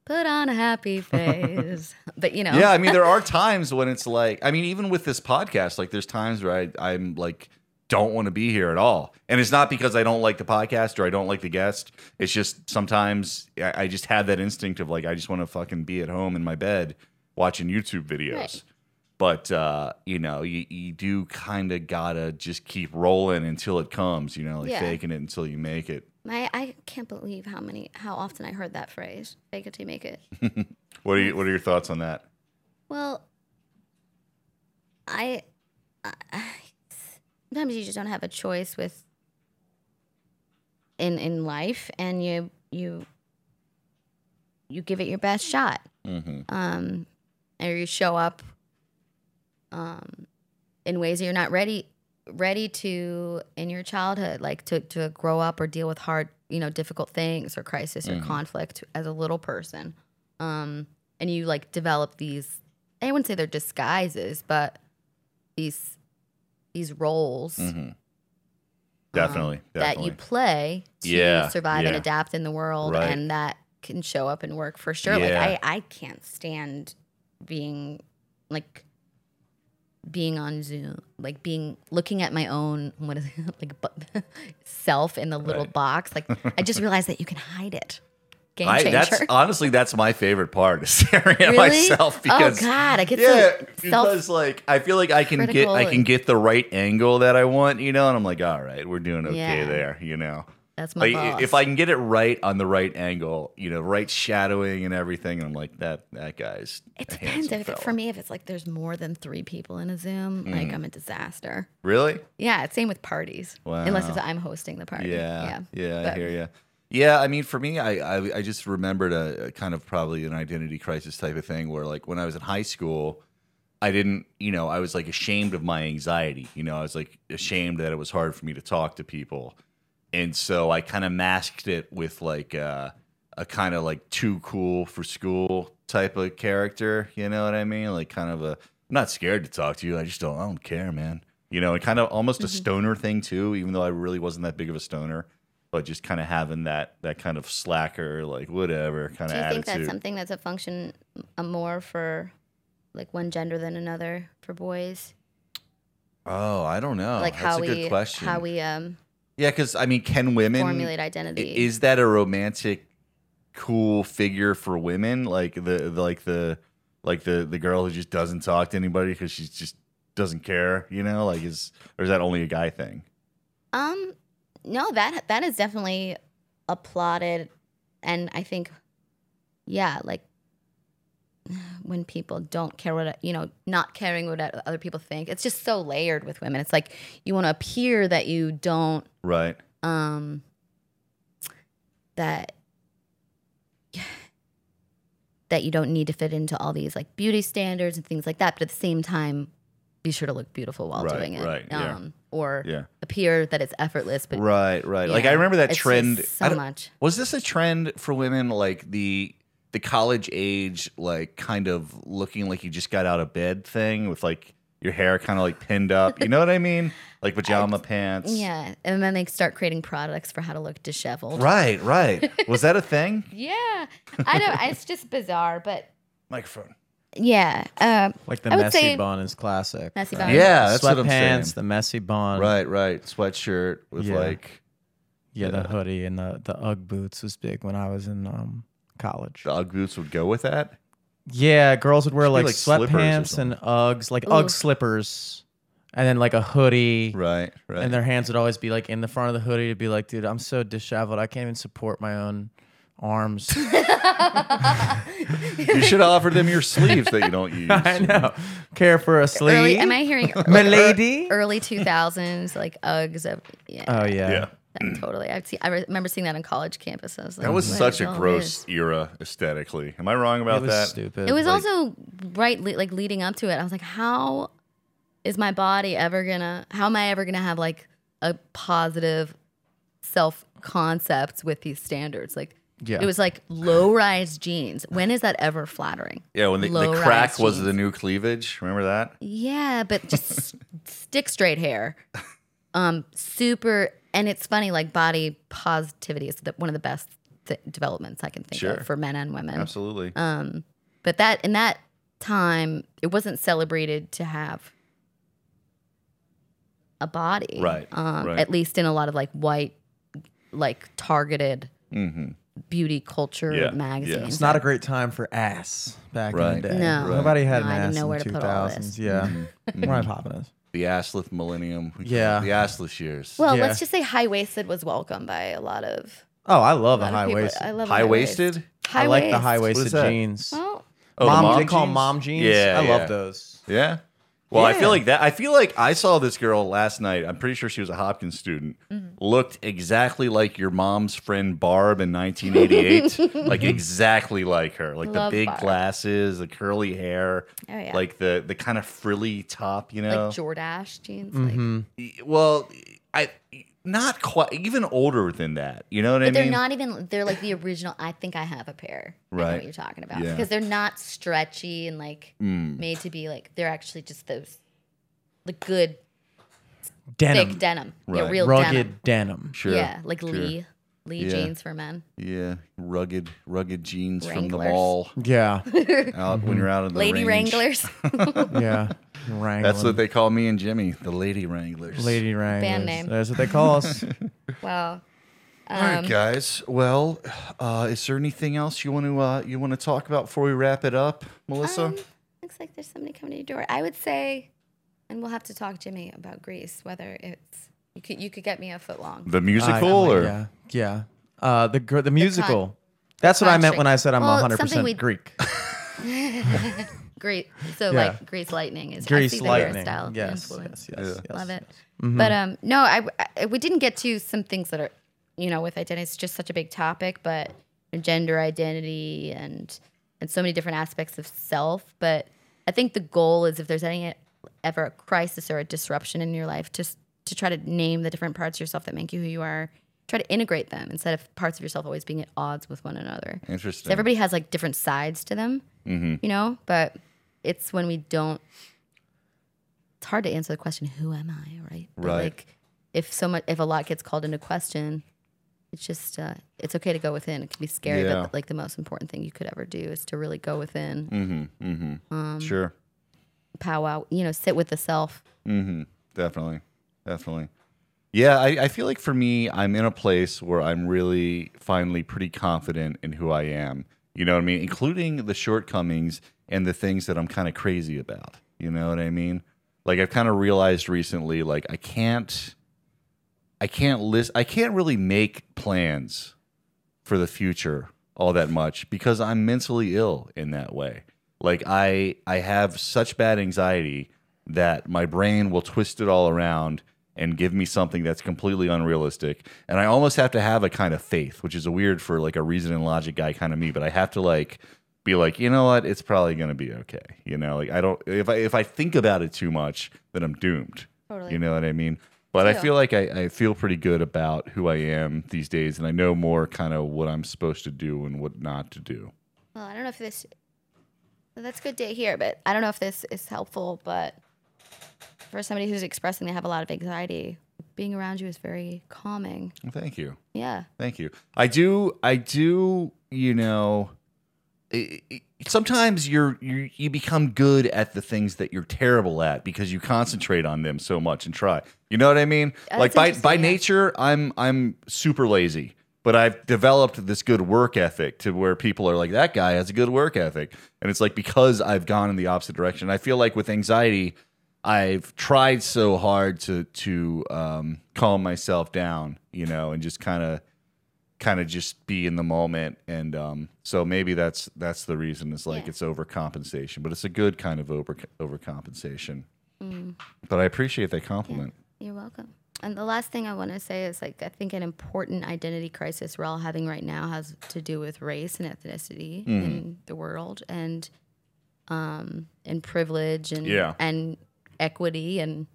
D: put put on a happy face. but you know,
A: Yeah, I mean,
D: [LAUGHS]
A: there are times when it's like, I mean, even with this podcast, like there's times where I, I'm like, don't want to be here at all. And it's not because I don't like the podcast or I don't like the guest. It's just sometimes I, I just have that instinct of like, I just want to fucking be at home in my bed watching YouTube videos.
D: Right.
A: But, uh, you know, you, you do kind of gotta just keep rolling until it comes, you know, like
D: Yeah.
A: faking it until you make it.
D: my I can't believe how many how often I heard that phrase. Fake it till you make it.
A: What are, you, what are your thoughts on that?
D: Well, I, I sometimes you just don't have a choice with in in life, and you you you give it your best shot.
A: Mhm.
D: Um, or you show up um, in ways that you're not ready ready to in your childhood, like to to grow up or deal with hard, you know, difficult things or crisis or conflict as a little person. Um, and you like develop these. I wouldn't say they're disguises, but these these roles
A: Mm-hmm. Definitely.
D: Um, that
A: definitely.
D: you play to
A: Yeah,
D: survive and
A: yeah.
D: adapt in the world
A: Right.
D: and that can show up and work for sure like
A: Yeah.
D: I, I can't stand being like being on zoom like being looking at my own [LAUGHS] what is it like bu- [LAUGHS] self in the little
A: Right.
D: box like
A: [LAUGHS]
D: i just realized that you can hide it game
A: I,
D: changer
A: that's honestly that's my favorite part is [LAUGHS] staring at
D: Really?
A: myself because
D: oh god i get
A: yeah
D: so self
A: because like I feel like I can get
D: critical
A: I can
D: and-
A: get the right angle that I want you know and I'm like all right we're doing okay
D: Yeah.
A: there you know
D: that's my
A: like i-
D: boss.
A: if I can get it right on the right angle you know right shadowing and everything and I'm like that that guy's
D: it
A: a
D: depends
A: handsome
D: if it,
A: fella.
D: for me if it's like there's more than three people in a zoom
A: Mm.
D: like i'm a disaster
A: really
D: Yeah, it's same with parties. Unless it's I'm hosting the party.
A: Yeah, yeah, I
D: But-
A: hear you. Yeah, I mean, for me, I, I I just remembered a, a kind of probably an identity crisis type of thing where, like, when I was in high school, I didn't, you know, I was like ashamed of my anxiety. You know, I was like ashamed that it was hard for me to talk to people, and so I kind of masked it with like uh, a kind of like too cool for school type of character. You know what I mean? Like, kind of a I'm not scared to talk to you. I just don't. I don't care, man. You know, and kind of almost a
D: Mm-hmm.
A: stoner thing too. Even though I really wasn't that big of a stoner, but just kind of having that that kind of slacker, like whatever kind
D: Do
A: of
D: you
A: attitude.
D: think that's something that's a function uh, more for like one gender than another for boys?
A: oh, I don't know.
D: like
A: that's
D: how
A: a
D: we
A: good question.
D: how we um
A: yeah, because I mean, can women
D: formulate
A: i-
D: identity.
A: Is that a romantic, cool figure for women? Like the, the like the like the the girl who just doesn't talk to anybody because she just doesn't care. You know, like is or is that only a guy thing?
D: um no, that that is definitely applauded and I think yeah, like [SIGHS] when people don't care what you know, not caring what other people think. It's just so layered with women. It's like you want to appear that you don't
A: Right.
D: um that [SIGHS] that you don't need to fit into all these like beauty standards and things like that but at the same time be sure to look beautiful while
A: Right,
D: doing it um,
A: right, yeah.
D: or
A: Yeah.
D: appear that it's effortless but
A: Right, right. Like
D: yeah,
A: I remember that
D: it's just
A: trend. I
D: so
A: don't-
D: much
A: Was this a trend for women like the the college age like kind of looking like you just got out of bed thing with like your hair kind of like pinned up. You know what I mean?
D: [LAUGHS]
A: Like pajama pants.
D: yeah and then they start creating products for how to look disheveled
A: Right, right. Was that a
D: [LAUGHS]
A: thing?
D: yeah
A: [LAUGHS]
D: i don't it's just bizarre but
A: Microphone.
D: yeah um
C: Like the
D: I would
C: messy
D: say-
C: bun is classic.
D: messy
C: right?
D: bun.
A: Yeah, that's what I'm saying.
C: Sweatpants, the messy bun.
A: Right, right. Sweatshirt with
C: Yeah.
A: like
C: Yeah,
A: Yeah.
C: the hoodie and the the UGG boots was big when I was in um college.
A: the UGG boots would go with that.
C: Yeah, girls would wear
A: Should be
C: like,
A: like slippers or
C: sweatpants and Uggs, like
D: Ooh.
C: Ugg slippers, and then like a hoodie.
A: Right, right.
C: And their hands would always be like in the front of the hoodie to be like, dude, I'm so disheveled. I can't even support my own arms.
A: you should offer them your sleeves that you
C: [LAUGHS]
A: don't use.
C: I know. Care for a sleeve?
D: early am
A: [LAUGHS]
D: i hearing
C: My lady?
D: early 2000s like uggs of, yeah
C: oh, yeah.
A: Yeah.
D: Yeah, totally. I've seen, I re- remember seeing that on college campuses.
A: Mm. That was such a gross era aesthetically. Am I wrong about
C: It was
A: that?
C: stupid.
D: It was also right, le- like leading up to it. I was like, how is my body ever gonna? How am I ever gonna have like a positive self concept with these standards? Like,
C: Yeah.
D: it was like low rise jeans. When is that ever flattering?
A: Yeah, when the, the
D: Low-rise
A: crack was
D: jeans.
A: the new cleavage. Remember that?
D: Yeah, but
A: [LAUGHS]
D: just s- stick straight hair. Um, super, and it's funny. Like body positivity is the, one of the best th- developments I can think
A: Sure.
D: of for men and women.
A: Absolutely.
D: Um, but that in that time, it wasn't celebrated to have a body,
A: Right,
D: Um,
A: right.
D: At least in a lot of like white, like targeted
A: Mhm.
D: beauty culture
A: Yeah, yeah.
D: magazines.
C: It's not a great time for ass back in
A: Right.
C: the day.
D: No. Right.
C: Nobody had
D: No,
C: an
D: I didn't
C: ass
D: know
C: in
D: where to put all
C: 2000s.
D: this.
C: Yeah.
A: Mm-hmm.
C: Where am I popping this?
A: The Asleth Millennium. We call it
C: Yeah.
A: The Asleth years.
D: Well,
C: Yeah.
D: let's just say high waisted was welcome by a lot of,
C: Oh, I love a
D: a lot
C: high
D: of people.
C: waist.
D: I
C: I,
D: love
A: High waisted.
D: High
C: like the high
A: What
C: waisted
A: is that?
C: jeans.
D: Well,
A: Oh, the
C: mom, they call 'em
A: jeans?
C: mom jeans.
A: Yeah,
C: I
A: yeah.
C: love those.
A: Yeah. Well, I
C: Yeah.
A: feel like that. I feel like I saw this girl last night. I'm pretty sure she was a Hopkins student.
D: Mm-hmm.
A: Looked exactly like your mom's friend Barb in
D: [LAUGHS]
A: 1988. like exactly like her. Like
D: Love
A: the big
D: Barb.
A: glasses, the curly hair,
D: Oh, yeah.
A: like the the kind of frilly top. You
D: like
A: know. Mm-hmm.
D: Jordache jeans.
C: Mm-hmm.
D: Like,
A: well, I not quite even older than that. You know what I
D: but they're
A: mean?
D: not even. They're like the original. I think I have a pair. I know
A: Right.
D: what you're talking about
A: Yeah.
D: because they're not stretchy and like
A: Hmm,
D: made to be like. They're actually just those, the good
C: Denim.
D: thick denim. Yeah,
A: Right.
D: real denim.
C: Rugged denim.
A: sure.
D: Yeah, like Lee Lee
A: Yeah.
D: jeans for men.
A: Yeah, rugged, rugged jeans from the
D: Wranglers.
A: mall
D: [LAUGHS]
C: Yeah.
A: out when you're out in the
D: Lady
A: range.
D: Wranglers,
A: [LAUGHS]
D: [LAUGHS]
C: Yeah. Wrangling.
A: That's what they call me and Jimmy, the Lady Wranglers.
C: Lady Wranglers.
D: name.
C: That's what they call us.
D: wow.
A: All right, guys. Well, uh, is there anything else you want to uh, you want to talk about before we wrap it up, Melissa?
D: Um, looks like there's somebody coming to your door. I would say, and we'll have to talk Jimmy about Greece. Whether it's you could you could get me a foot long.
A: the
C: I-
A: musical, or
C: yeah, Uh, yeah. Uh, the gr- the musical. That's what I meant
D: country.
C: when I said I'm
D: Well,
C: 100
D: something we-
C: percent
D: [LAUGHS]
C: Greek.
D: Greece, so
C: Yeah.
D: like Greece lightning is I
C: Greece
D: see the
C: lightning.
D: hairstyle
C: Yes, yes,
D: influence.
C: yes, yes,
D: Love
C: yes.
D: it. But um, no, I, I- we didn't get to some things that are, you know, with identity. It's just such a big topic, but gender identity and and so many different aspects of self. But I think the goal is if there's any ever a crisis or a disruption in your life, just to try to name the different parts of yourself that make you who you are. Try to integrate them instead of parts of yourself always being at odds with one another.
A: Interesting.
D: So everybody has like different sides to them,
A: Mm-hmm.
D: you know. But it's when we don't. It's hard to answer the question, "Who am I?" Right? But,
A: Right.
D: Like, if so much, if a lot gets called into question, it's just uh, it's okay to go within. It can be scary,
A: Yeah. Mm.
D: but like the most important thing you could ever do is to really go within,
A: sure.
D: powwow. You know, sit with the self.
A: Mm-hmm. Definitely. Definitely. Yeah, I, I feel like for me, I'm in a place where I'm really finally pretty confident in who I am. You know what I mean? Including the shortcomings and the things that I'm kind of crazy about. You know what I mean? Like I've kind of realized recently, like I can't I can't list I can't really make plans for the future all that much because I'm mentally ill in that way. Like I I have such bad anxiety that my brain will twist it all around and give me something that's completely unrealistic. And I almost have to have a kind of faith, which is weird for like a reason and logic guy kind of me, but I have to like be like, you know what, it's probably gonna be okay. You know, like I don't if I if I think about it too much, then I'm doomed.
D: Totally.
A: You know what I mean? But I feel like I, I feel pretty good about who I am these days, and I know more kind of what I'm supposed to do and what not to do.
D: Well, I don't know if this. well, That's good to hear, but I don't know if this is helpful. But for somebody who's expressing they have a lot of anxiety, being around you is very calming.
A: Well, Thank you.
D: Yeah.
A: Thank you. I do. I do. You know, i i sometimes you're you you become good at the things that you're terrible at because you concentrate on them so much and try. You know what I mean?
D: That's
A: like by by
D: interesting, yeah.
A: nature, I'm I'm super lazy, but I've developed this good work ethic to where people are like, that guy has a good work ethic, and it's like because I've gone in the opposite direction. I feel like with anxiety. I've tried so hard to to um, calm myself down, you know, and just kind of kind of just be in the moment and um so maybe that's that's the reason it's like
D: Yeah.
A: it's overcompensation but it's a good kind of over overcompensation
D: Mm.
A: but i appreciate that compliment
D: You're welcome. And the last thing I want to say is like I think an important identity crisis we're all having right now has to do with race and ethnicity
A: Mm-hmm.
D: in the world and um and privilege and
A: Yeah.
D: and equity and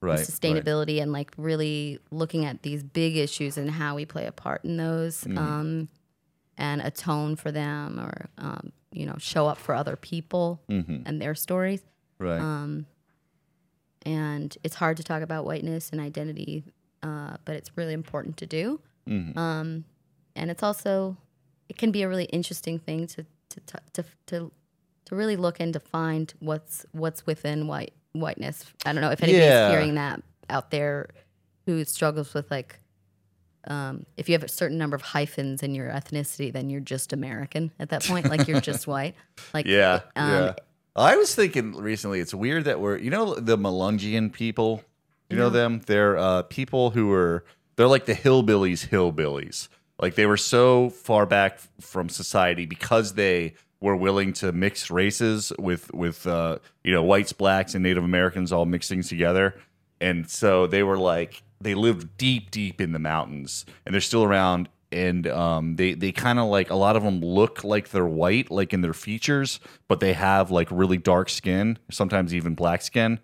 A: right right.
D: sustainability and like really looking at these big issues and how we play a part in those
A: Mm-hmm.
D: um, and atone for them or um, you know show up for other people
A: Mm-hmm.
D: and their stories
A: right
D: and it's hard to
A: Mm-hmm.
D: talk about whiteness and identity, uh, but it's really important to do. Um, and it's also it can be a really interesting thing to to t- to to, to really look and to find what's what's within white whiteness. I don't know if anybody's
A: Yeah.
D: hearing that out there who struggles with like um, if you have a certain number of hyphens in your ethnicity, then you're just American at that point. Like you're
A: [LAUGHS]
D: just white. Like
A: Yeah,
D: um,
A: yeah. I was thinking recently, it's weird that we're you know the Melungeon people. You
D: Mm-hmm.
A: know them? They're uh, people who are they're like the hillbillies, hillbillies. Like they were so far back f- from society because they were willing to mix races with with uh, you know whites, blacks, and Native Americans all mixing together, and so they were like they lived deep, deep in the mountains, and they're still around. And um, they they kind of like a lot of them look like they're white, like in their features, but they have like really dark skin, sometimes even black skin.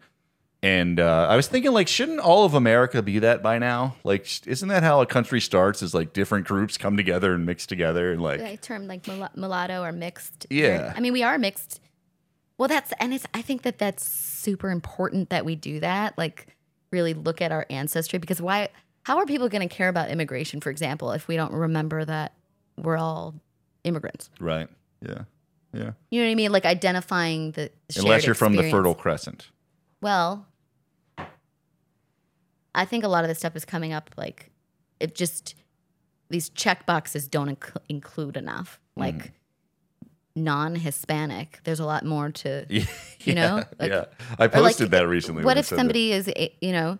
A: And uh, I was thinking, like, shouldn't all of America be that by now? Like, sh- isn't that how a country starts? Is like different groups come together and mix together, and like,
D: like term like mula- mulatto or mixed.
A: Yeah.
D: I mean, we are mixed. Well, that's and it's. I think that that's super important that we do that. Like, really look at our ancestry because why? How are people going to care about immigration, for example, if we don't remember that we're all immigrants?
A: right? Yeah, yeah.
D: You know what I mean? Like identifying the shared
A: Unless you're from the
D: experience.
A: Fertile Crescent. [LAUGHS]
D: Well, I think a lot of this stuff is coming up like it just these check boxes don't inc- include enough like non-Hispanic. There's a lot more to
A: Yeah,
D: You know? Like-
A: yeah. I
D: or, like,
A: posted that recently. when
D: What
A: I
D: if
A: said that.
D: somebody is a- you know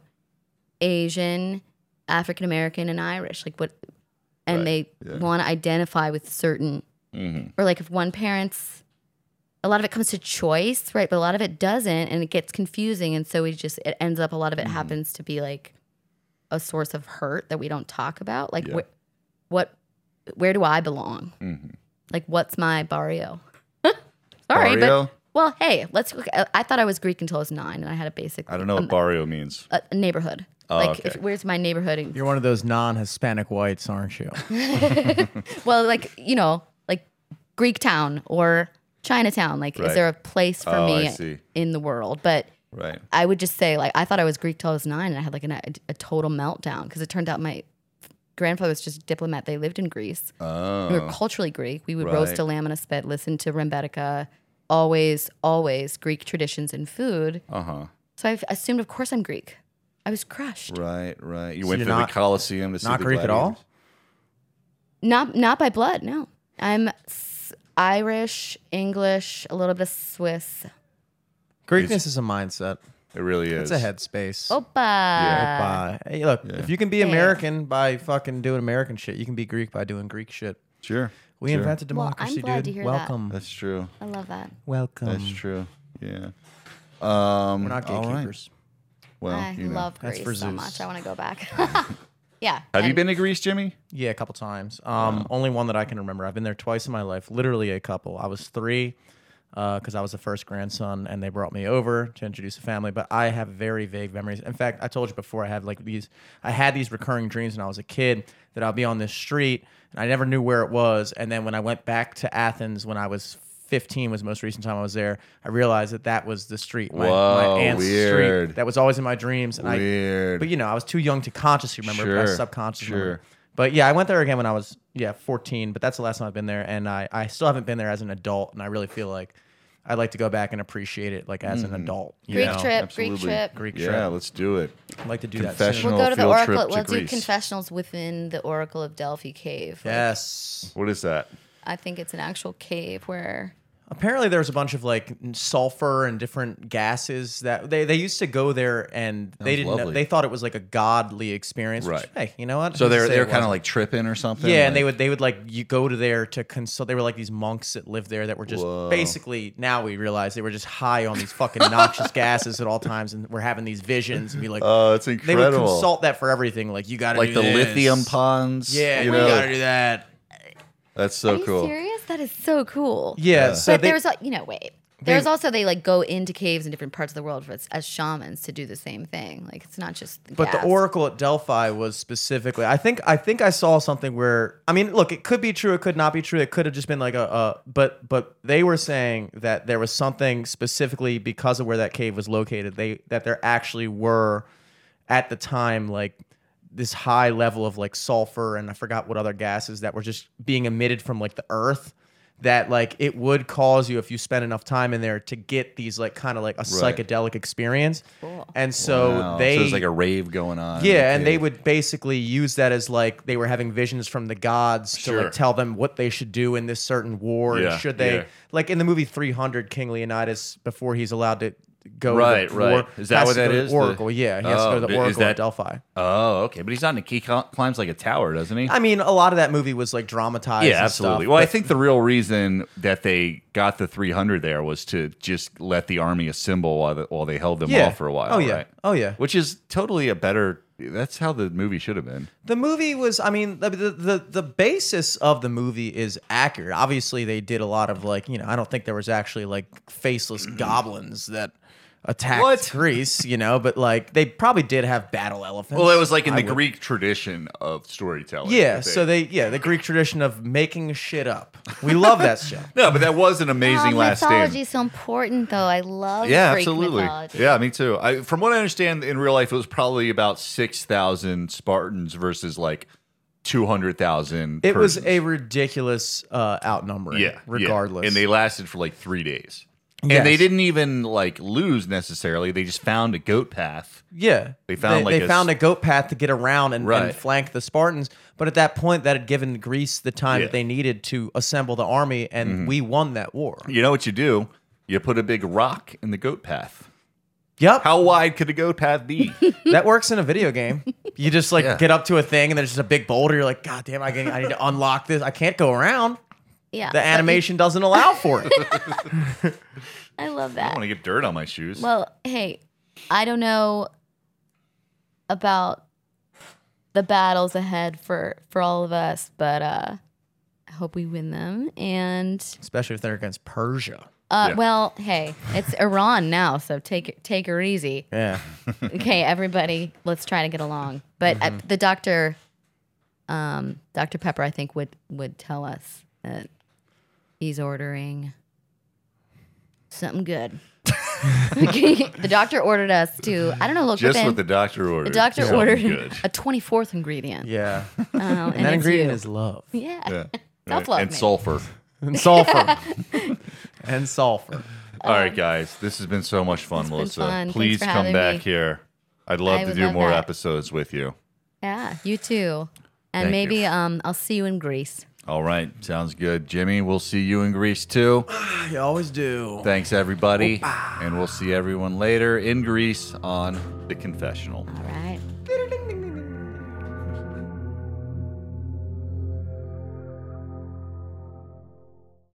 D: Asian, African American, and Irish? Like what? And they
A: yeah.
D: want to identify with certain
A: Mhm.
D: or like if one parent's a lot of it comes to choice right but a lot of it doesn't and it gets confusing and so we just it ends up a lot of it
A: Mm-hmm.
D: happens to be like a source of hurt that we don't talk about like
A: Yeah. Mm-hmm.
D: wh- what where do i belong like what's my barrio [LAUGHS] sorry
A: Barrio?
D: but well hey let's look I, I thought i was greek until i was nine and i had a basic um,
A: I don't know what barrio means.
D: a, a neighborhood
A: Oh,
D: like
A: okay.
D: if, where's my neighborhood and
C: You're one of those non-Hispanic whites, aren't
D: [LAUGHS]
C: you?
D: well, like you know, like Greek town or Chinatown. Like,
A: Right.
D: is there a place for
A: Oh, I see.
D: me in the world? But
A: Right.
D: I would just say, like, I thought I was Greek till I was nine, and I had like an, a, a total meltdown because it turned out my grandfather was just a diplomat. They lived in Greece. We were
A: Oh,
D: culturally Greek. We would roast
A: Right.
D: a lamb on a spit, listen to Rembetica, always, always Greek traditions and food.
A: uh
C: Uh-huh.
A: huh.
D: So I assumed, of course, I'm Greek. I was crushed.
A: Right, right. You went
C: you're
A: to
C: not-
A: the Colosseum to see
C: Not
A: the
C: Greek at all.
A: gladiators?
D: Not not by blood. No, I'm s- Irish, English, a little bit of Swiss.
C: Greekness is a mindset.
A: It really is.
C: It's a headspace.
D: Opa.
C: By- hey, look, if you can be American by fucking doing American shit, you can be Greek by doing Greek shit.
A: Sure.
C: We
A: sure.
C: invented
D: Well, I'm
C: democracy,
D: glad to
C: dude.
D: hear that.
C: Welcome,
A: That's true.
D: I love that.
C: welcome.
A: That's true. Yeah. Um,
C: Mm-hmm. We're not
A: all right.
C: gatekeepers.
A: Well,
D: I
A: you know.
D: love
C: That's
D: Greece
C: for
D: so
C: Zeus.
D: much. I want to
A: [LAUGHS]
D: go back. [LAUGHS] yeah.
A: Have you
D: and-
A: been to Greece, Jimmy?
C: Yeah, a couple times. Um, Only one that I can remember. I've been there twice in my life, literally a couple. I was three because I was the first grandson, and they brought me over to introduce the family. But I have very vague memories. In fact, I told you before I had like these. I had these recurring dreams when I was a kid that I'd be on this street, and I never knew where it was. And then when I went back to Athens when I was. 15 was the most recent time I was there. I realized that that was the street, my,
A: Whoa,
C: my aunt's
A: weird.
C: street. That was always in my dreams, and I
A: Weird.
C: but you know, I was too young to consciously remember. But I
A: Sure,
C: subconsciously
A: sure.
C: remember. But yeah, I went there again when I was yeah 14. But that's the last time I've been there, and I I still haven't been there as an adult, and I really feel like I'd like to go back and appreciate it like as an
A: Mm-hmm.
C: adult. you
D: Greek
C: know?
D: trip,
A: absolutely.
D: Greek trip.
C: Greek
A: yeah,
C: trip.
A: let's do it.
C: I'd like to do
A: Confessional.
C: that.
D: We'll go to the
A: field trip
D: Oracle.
A: to
D: We'll do
A: Greece.
D: confessionals within the Oracle of Delphi cave.
C: Soon.
D: Like,
C: Yes.
A: What is that?
D: I think it's an actual cave where
C: Apparently, there was a bunch of like sulfur and different gases that they, they used to go there and they
A: Sounds
C: didn't know,
A: lovely.
C: they thought it was like a godly experience. which,
A: Right.
C: hey, you know what?
A: So
C: Who's to
A: they're
C: say it
A: they're kind
C: wasn't?
A: of like tripping or something.
C: Yeah,
A: Like-
C: and they would they would like you go to there to consult. They were like these monks that lived there that were just
A: Whoa.
C: basically now we realize they were just high on these fucking
A: [LAUGHS]
C: noxious gases at all times, and were having these visions and be like,
A: Oh, it's
C: they
A: incredible.
C: would consult that for everything. Like you got to
A: like the lithium ponds.
C: Yeah,
A: you
C: you,
A: know?
C: got to do that.
A: that's
D: Are
A: so
D: you
A: cool.
D: serious? That is so cool.
C: Yeah, so
D: but
C: they,
D: there's, a- you know, wait. There's also they like go into caves in different parts of the world for, as shamans to do the same thing. Like it's not just the
C: But
D: gas.
C: the oracle at Delphi was specifically. I think I think I saw something where I mean, look, it could be true, it could not be true. It could have just been like a, uh, but but they were saying that there was something specifically because of where that cave was located. They that there actually were at the time like this high level of like sulfur and I forgot what other gases that were just being emitted from like the earth that like it would cause you if you spent enough time in there to get these like kind of like a psychedelic experience.
D: Cool.
C: And so
A: Wow.
C: they
A: there's like a rave going on. in the
C: yeah, and they
A: cave.
C: would basically use that as like they were having visions from the gods to
A: Sure.
C: like tell them what they should do in this certain war
A: Yeah,
C: and should they
A: yeah.
C: like in the movie 300 King Leonidas before he's allowed to go to
A: Right,
C: the
A: right.
C: war,
A: Is that
C: has
A: what
C: to go
A: that
C: to
A: is? The-
C: Oracle, yeah, he has to
A: Oh,
C: go to
A: d-
C: the
A: is
C: Oracle
A: that-
C: at Delphi.
A: Oh, okay, but he's not in a key climbs like a tower, doesn't he?
C: I mean, a lot of that movie was like dramatized.
A: yeah,
C: and
A: absolutely.
C: Stuff,
A: well, I
C: but-
A: think the real reason that they got the 300 there was to just let the army assemble while, the, while they held them
C: yeah.
A: off for a while.
C: Oh yeah,
A: right?
C: oh yeah.
A: Which is totally a better. That's how the movie should have been.
C: The movie was, I mean, the, the the the basis of the movie is accurate. Obviously, they did a lot of like, you know, I don't think there was actually like
A: [CLEARS THROAT]
C: faceless goblins that attacked
A: What? [LAUGHS]
C: Greece, you know, but like they probably did have battle elephants.
A: Well, it was like in
C: I
A: the
C: would-
A: Greek tradition of storytelling.
C: Yeah,
A: that
C: so they yeah the Greek tradition of making shit up. We love
A: [LAUGHS]
C: that shit.
A: No, but that was an amazing
D: Oh,
A: last stand.
D: mythology is so important, though. I love
A: Yeah,
D: Greek
A: absolutely.
D: mythology.
A: Yeah, me too. I, from what I understand, in real life, it was probably about six thousand Spartans versus like two hundred thousand.
C: It was a ridiculous uh, outnumbering.
A: yeah, yeah.
C: regardless,
A: and they lasted for like three days.
C: Yes.
A: And they didn't even like lose necessarily. They just found a goat path.
C: Yeah,
A: They found,
C: they,
A: like,
C: they
A: a
C: found a
A: s-
C: goat path to get around and,
A: Right.
C: and flank the Spartans. But at that point, that had given Greece the time
A: Yeah. Mm-hmm.
C: that they needed to assemble the army, and we won that war.
A: You know what you do? You put a big rock in the goat path.
C: Yep,
A: How wide could a goat path
D: [LAUGHS]
A: be?
C: that works in a video game. You just like
A: Yeah.
C: get up to a thing, and there's just a big boulder. You're like, God damn, I, can, I need to unlock this. I can't go around.
D: Yeah,
A: [LAUGHS]
C: The
D: but you-
C: animation doesn't allow for it.
D: I love
A: I
D: that.
A: want to get dirt on my shoes.
D: Well, hey, I don't know about the battles ahead for for all of us, but uh I hope we win them. And
C: Especially if they're against Persia.
D: uh
A: Yeah.
D: well, hey, it's Iran now, so take it- take her easy.
C: Yeah.
D: Okay, everybody, let's try to get along. But uh,
A: Mm-hmm.
D: the doctor um Dr. Pepper I think would would tell us that he's ordering something
A: [LAUGHS]
D: good. the doctor ordered us to I don't know look
A: just
D: within-
A: what the doctor ordered.
D: the doctor
A: Something
D: ordered [LAUGHS]
A: good.
D: a 24th ingredient. [LAUGHS]
C: Yeah.
D: Oh, and,
C: And that
D: it's
C: ingredient
D: you.
C: is love
D: yeah. [LAUGHS]
A: Yeah.
D: Self-love,
A: and
D: maybe.
A: sulfur.
C: and
D: [LAUGHS]
C: sulfur. and sulfur.
A: All right, guys, this has been so much fun,
D: Um, been
A: Melissa.
D: fun. Thanks
A: Please
D: for
A: come
D: having
A: back
D: me.
A: here. I'd love
D: I
A: to
D: would
A: do
D: love
A: more
D: that.
A: episodes with you.
D: Yeah, you too.
A: Thank
D: And
A: you.
D: maybe um, I'll see you in Greece.
A: All right, sounds good, Jimmy. We'll see you in Greece too.
C: You always do.
A: Thanks, everybody, and we'll see everyone later in Greece on the confessional.
D: All right.